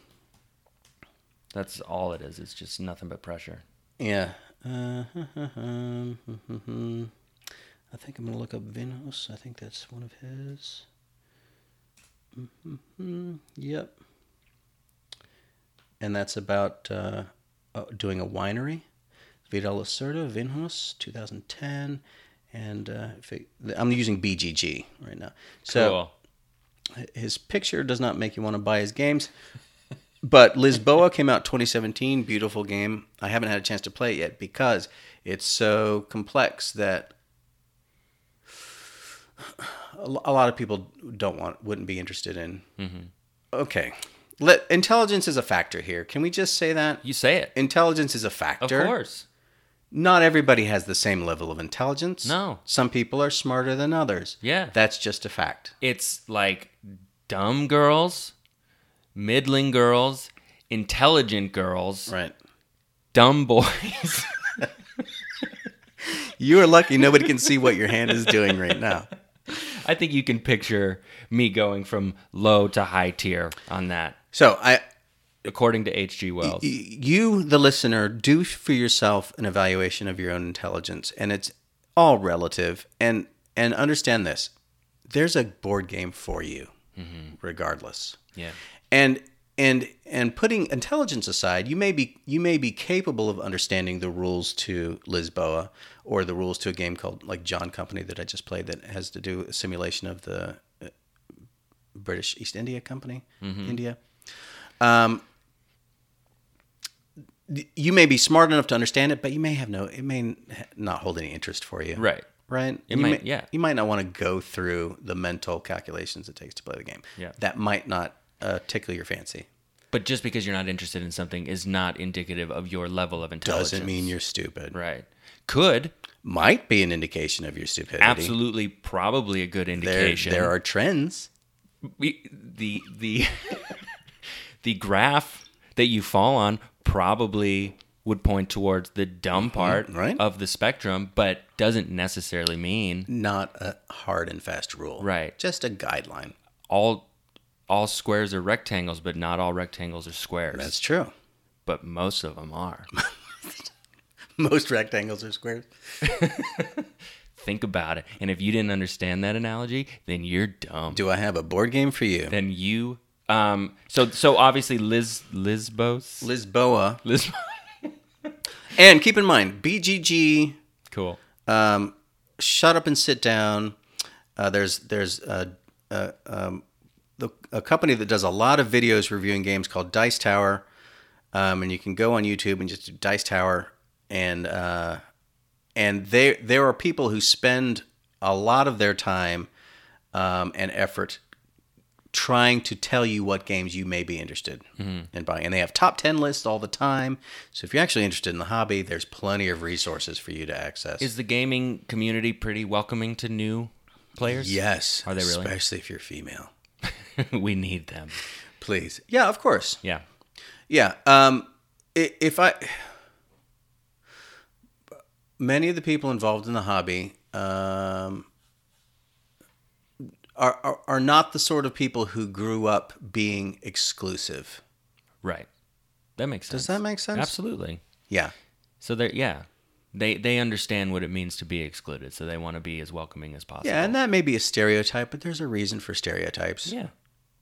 Speaker 2: That's all it is. It's just nothing but pressure.
Speaker 1: Yeah. Uh, (laughs) I think I'm gonna look up Vinos. I think that's one of his. Mhm. Yep. And that's about uh, uh, doing a winery. Vidal Lacerda, Vinhos, 2010. And uh, if it, I'm using BGG right now. So
Speaker 2: cool.
Speaker 1: his picture does not make you want to buy his games. But Lisboa came out 2017, beautiful game. I haven't had a chance to play it yet because it's so complex that a lo- a lot of people don't want wouldn't be interested in.
Speaker 2: Mm-hmm.
Speaker 1: Okay, let intelligence is a factor here. Can we just say that
Speaker 2: You say it.
Speaker 1: intelligence is a
Speaker 2: Of
Speaker 1: factor?
Speaker 2: course.
Speaker 1: Not everybody has the same level of intelligence.
Speaker 2: No.
Speaker 1: some people are smarter than others.
Speaker 2: Yeah.
Speaker 1: that's just a fact.
Speaker 2: It's like dumb girls, middling girls, intelligent girls,
Speaker 1: Right.
Speaker 2: dumb boys. (laughs)
Speaker 1: You are lucky nobody can see what your hand is doing right now.
Speaker 2: I think you can picture me going from low to high tier on that,
Speaker 1: So I
Speaker 2: according to H.G. Wells.
Speaker 1: y- you the listener do for yourself an evaluation of your own intelligence and it's all relative and and understand this. There's a board game for you regardless.
Speaker 2: Yeah.
Speaker 1: And and and putting intelligence aside, you may be you may be capable of understanding the rules to Lisboa or the rules to a game called like John Company that I just played that has to do a simulation of the uh, British East India Company, India. Um, th- you may be smart enough to understand it, but you may have no it may n- not hold any interest for you
Speaker 2: Right.
Speaker 1: right? It
Speaker 2: might- yeah.
Speaker 1: You might not want to go through the mental calculations it takes to play the game.
Speaker 2: Yeah.
Speaker 1: That might not uh, tickle your fancy.
Speaker 2: But just because you're not interested in something is not indicative of your level of intelligence.
Speaker 1: Doesn't mean you're stupid.
Speaker 2: right. Could
Speaker 1: Might be an indication of your stupidity.
Speaker 2: absolutely probably a good
Speaker 1: There,
Speaker 2: indication.
Speaker 1: there are trends.
Speaker 2: we, the the (laughs) the graph that you fall on probably would point towards the dumb part
Speaker 1: Mm-hmm. right.
Speaker 2: of the spectrum, but doesn't necessarily mean
Speaker 1: Not a hard and fast rule.
Speaker 2: Right.
Speaker 1: Just a guideline.
Speaker 2: all all squares are rectangles, but not all rectangles are squares.
Speaker 1: That's true. (laughs)
Speaker 2: but most of them are.
Speaker 1: Most rectangles are squares.
Speaker 2: Think about it. And if you didn't understand that analogy, then you're dumb.
Speaker 1: Do I have a board game for you?
Speaker 2: Then you um so so obviously Liz Lizbos
Speaker 1: Lisboa.
Speaker 2: Liz
Speaker 1: And keep in mind, BGG
Speaker 2: Cool.
Speaker 1: um, shut up and sit down. Uh, there's there's a, a, um, the, a company that does a lot of videos reviewing games called Dice Tower, um, and you can go on YouTube and just do Dice Tower, and uh, and they there are people who spend a lot of their time um, and effort trying to tell you what games you may be interested in buying and they have top 10 lists all the time so if you're actually interested in the hobby there's plenty of resources for you to access
Speaker 2: Is the gaming community pretty welcoming to new players?
Speaker 1: Yes.
Speaker 2: Are they really?
Speaker 1: Especially if you're female.
Speaker 2: (laughs) we need them.
Speaker 1: Please. Yeah, of course.
Speaker 2: Yeah.
Speaker 1: Yeah. Um, i- if I, many of the people involved in the hobby um, are, are are not the sort of people who grew up being exclusive.
Speaker 2: Right. That makes sense.
Speaker 1: Does that make sense?
Speaker 2: Absolutely.
Speaker 1: Yeah.
Speaker 2: So they are yeah. They they understand what it means to be excluded, so they want to be as welcoming as possible.
Speaker 1: Yeah, and that may be a stereotype, but there's a reason for stereotypes.
Speaker 2: Yeah.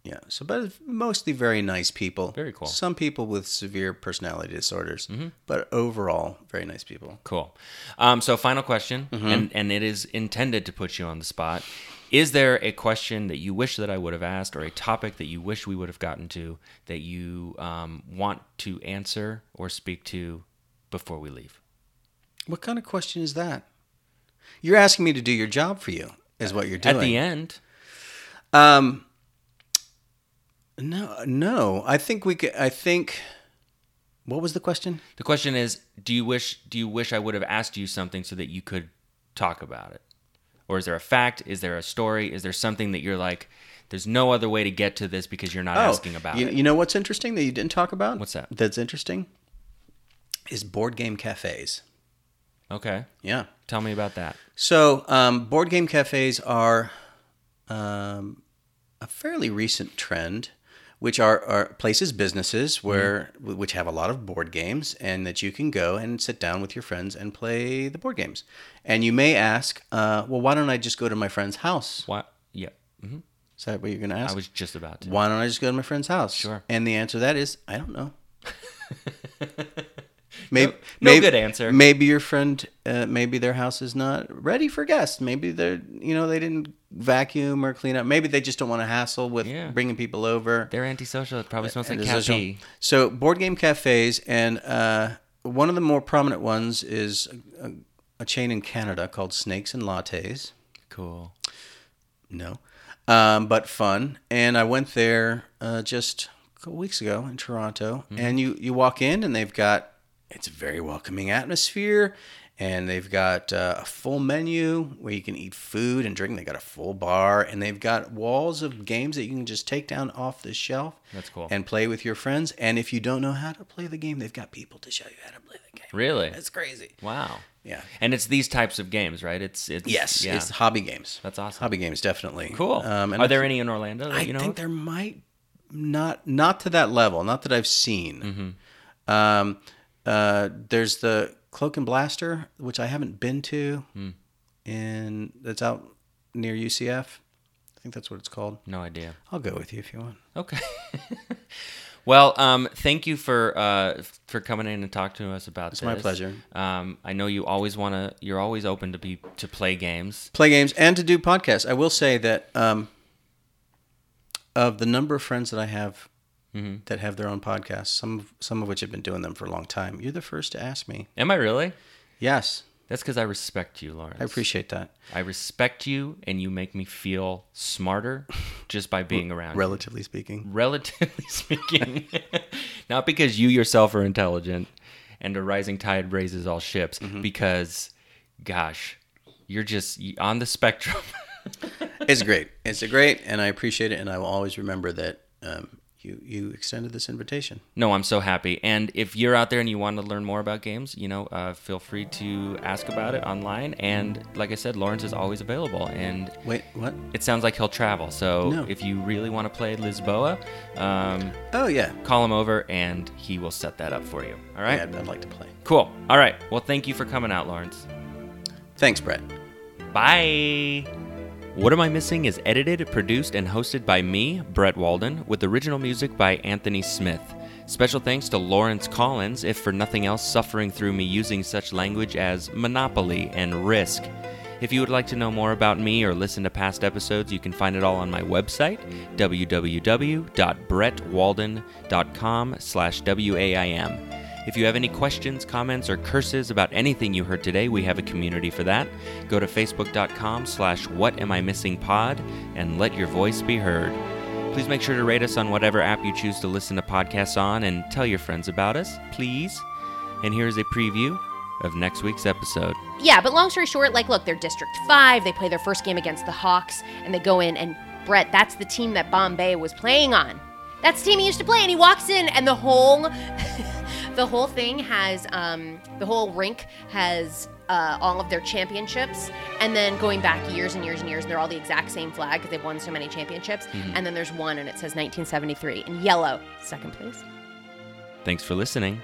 Speaker 1: Yeah. So, but mostly very nice people.
Speaker 2: Very cool. Mm-hmm.
Speaker 1: Some people with severe personality disorders, but overall, very nice people.
Speaker 2: Cool. Um, so, final question,
Speaker 1: Mm-hmm.
Speaker 2: and, and it is intended to put you on the spot. Is there a question that you wish that I would have asked, or a topic that you wish we would have gotten to that you um, want to answer or speak to before we leave?
Speaker 1: What kind of question is that? You're asking me to do your job for you, is what you're doing.
Speaker 2: At the end,
Speaker 1: Um, no, no. I think we could. I think. What was the question?
Speaker 2: the question is: Do you wish? Do you wish I would have asked you something so that you could talk about it? Or is there a fact? Is there a story? Is there something that you're like? There's no other way to get to this because you're not asking about
Speaker 1: Oh, you,
Speaker 2: it.
Speaker 1: you know what's interesting that you didn't talk about?
Speaker 2: What's that?
Speaker 1: That's interesting. Is board game cafes.
Speaker 2: Okay,
Speaker 1: Yeah.
Speaker 2: tell me about that.
Speaker 1: So, um, board game cafes are um, a fairly recent trend, which are, are places,
Speaker 2: Mm-hmm.
Speaker 1: businesses where which have a lot of board games, and that you can go and sit down with your friends and play the board games. And you may ask, uh, well, why don't I just go to my friend's house?
Speaker 2: What? Yeah. hmm
Speaker 1: Is that what you're going to ask?
Speaker 2: I was just about to.
Speaker 1: why don't I just go to my friend's house?
Speaker 2: Sure.
Speaker 1: And the answer to that is, I don't
Speaker 2: (laughs)
Speaker 1: know. maybe,
Speaker 2: no good answer.
Speaker 1: Maybe your friend, uh, maybe their house is not ready for guests. Maybe they're, you know, they didn't vacuum or clean up. Maybe they just don't want to hassle with
Speaker 2: Yeah.
Speaker 1: bringing people over.
Speaker 2: They're antisocial. It probably smells like
Speaker 1: And
Speaker 2: cat
Speaker 1: there's also-
Speaker 2: pee.
Speaker 1: So board game cafes, and uh, one of the more prominent ones is a, a, a chain in Canada called Snakes and Lattes.
Speaker 2: Cool.
Speaker 1: No, um, but fun. And I went there uh, just a couple weeks ago in Toronto.
Speaker 2: Mm-hmm.
Speaker 1: And you you walk in and they've got it's a very welcoming atmosphere, and they've got uh, a full menu where you can eat food and drink. They got a full bar, and they've got walls of games that you can just take down off the shelf.
Speaker 2: That's cool.
Speaker 1: And play with your friends. And if you don't know how to play the game, they've got people to show you how to play the game.
Speaker 2: Really?
Speaker 1: That's crazy.
Speaker 2: Wow.
Speaker 1: Yeah.
Speaker 2: And it's these types of games, right? It's it's
Speaker 1: Yes,
Speaker 2: Yeah.
Speaker 1: it's hobby games.
Speaker 2: That's awesome.
Speaker 1: Hobby games, definitely.
Speaker 2: cool.
Speaker 1: Um, and
Speaker 2: Are
Speaker 1: I
Speaker 2: there any in Orlando? That
Speaker 1: I
Speaker 2: you know,
Speaker 1: think
Speaker 2: of?
Speaker 1: there might not not to that level, not that I've seen.
Speaker 2: Mm-hmm.
Speaker 1: Um, uh, there's the Cloak and Blaster, which I haven't been to,
Speaker 2: Hmm.
Speaker 1: and that's out near UCF. I think that's what it's called.
Speaker 2: no idea.
Speaker 1: I'll go with you if you want.
Speaker 2: Okay. (laughs) well, um, thank you for uh, f- for coming in and talking to us about
Speaker 1: It's
Speaker 2: this.
Speaker 1: my pleasure.
Speaker 2: Um, I know you always want to. You're always open to be to play games.
Speaker 1: Play games and to do podcasts. I will say that um, of the number of friends that I have
Speaker 2: Mm-hmm.
Speaker 1: that have their own podcasts, some some of which have been doing them for a long time, you're the first to ask me.
Speaker 2: Am I really?
Speaker 1: Yes,
Speaker 2: That's because I respect you, Lawrence.
Speaker 1: I appreciate that.
Speaker 2: I respect you, and you make me feel smarter just by being around. you.
Speaker 1: relatively speaking.
Speaker 2: relatively (laughs) speaking. Not because you yourself are intelligent and a rising tide raises all ships,
Speaker 1: Mm-hmm.
Speaker 2: because, gosh, you're just y- on the spectrum.
Speaker 1: It's great. It's a great, and I appreciate it, and I will always remember that um, you you extended this invitation.
Speaker 2: no, I'm so happy. And if you're out there and you want to learn more about games, you know, uh, feel free to ask about it online. And like I said, Lawrence is always available. And
Speaker 1: Wait, what?
Speaker 2: it sounds like he'll travel. So
Speaker 1: No.
Speaker 2: if you really want to play Lisboa, um,
Speaker 1: Oh yeah,
Speaker 2: call him over and he will set that up for you. All right?
Speaker 1: Yeah, I'd, I'd like to play.
Speaker 2: Cool. All right. Well, thank you for coming out, Lawrence.
Speaker 1: Thanks, Brett.
Speaker 2: Bye. What Am I Missing is edited, produced, and hosted by me, Brett Walden, with original music by Anthony Smith. Special thanks to Lawrence Collins, if for nothing else, suffering through me using such language as monopoly and risk. If you would like to know more about me or listen to past episodes, you can find it all on my website, www.brettwalden.com slash W-A-I-M. If you have any questions, comments, or curses about anything you heard today, we have a community for that. Go to facebook.com slash what am I missing pod and let your voice be heard. Please make sure to rate us on whatever app you choose to listen to podcasts on and tell your friends about us, please. And here is a preview of next week's episode.
Speaker 3: Yeah, but long story short, like, look, they're District 5. They play their first game against the Hawks, and they go in, and Brett, that's the team that Bombay was playing on. That's the team he used to play, and he walks in, and the whole. (laughs) The whole thing has, um, the whole rink has uh, all of their championships, and then going back years and years and years, and they're all the exact same flag because they've won so many championships. And then there's one, and it says 1973 in yellow, second place.
Speaker 2: Thanks for listening.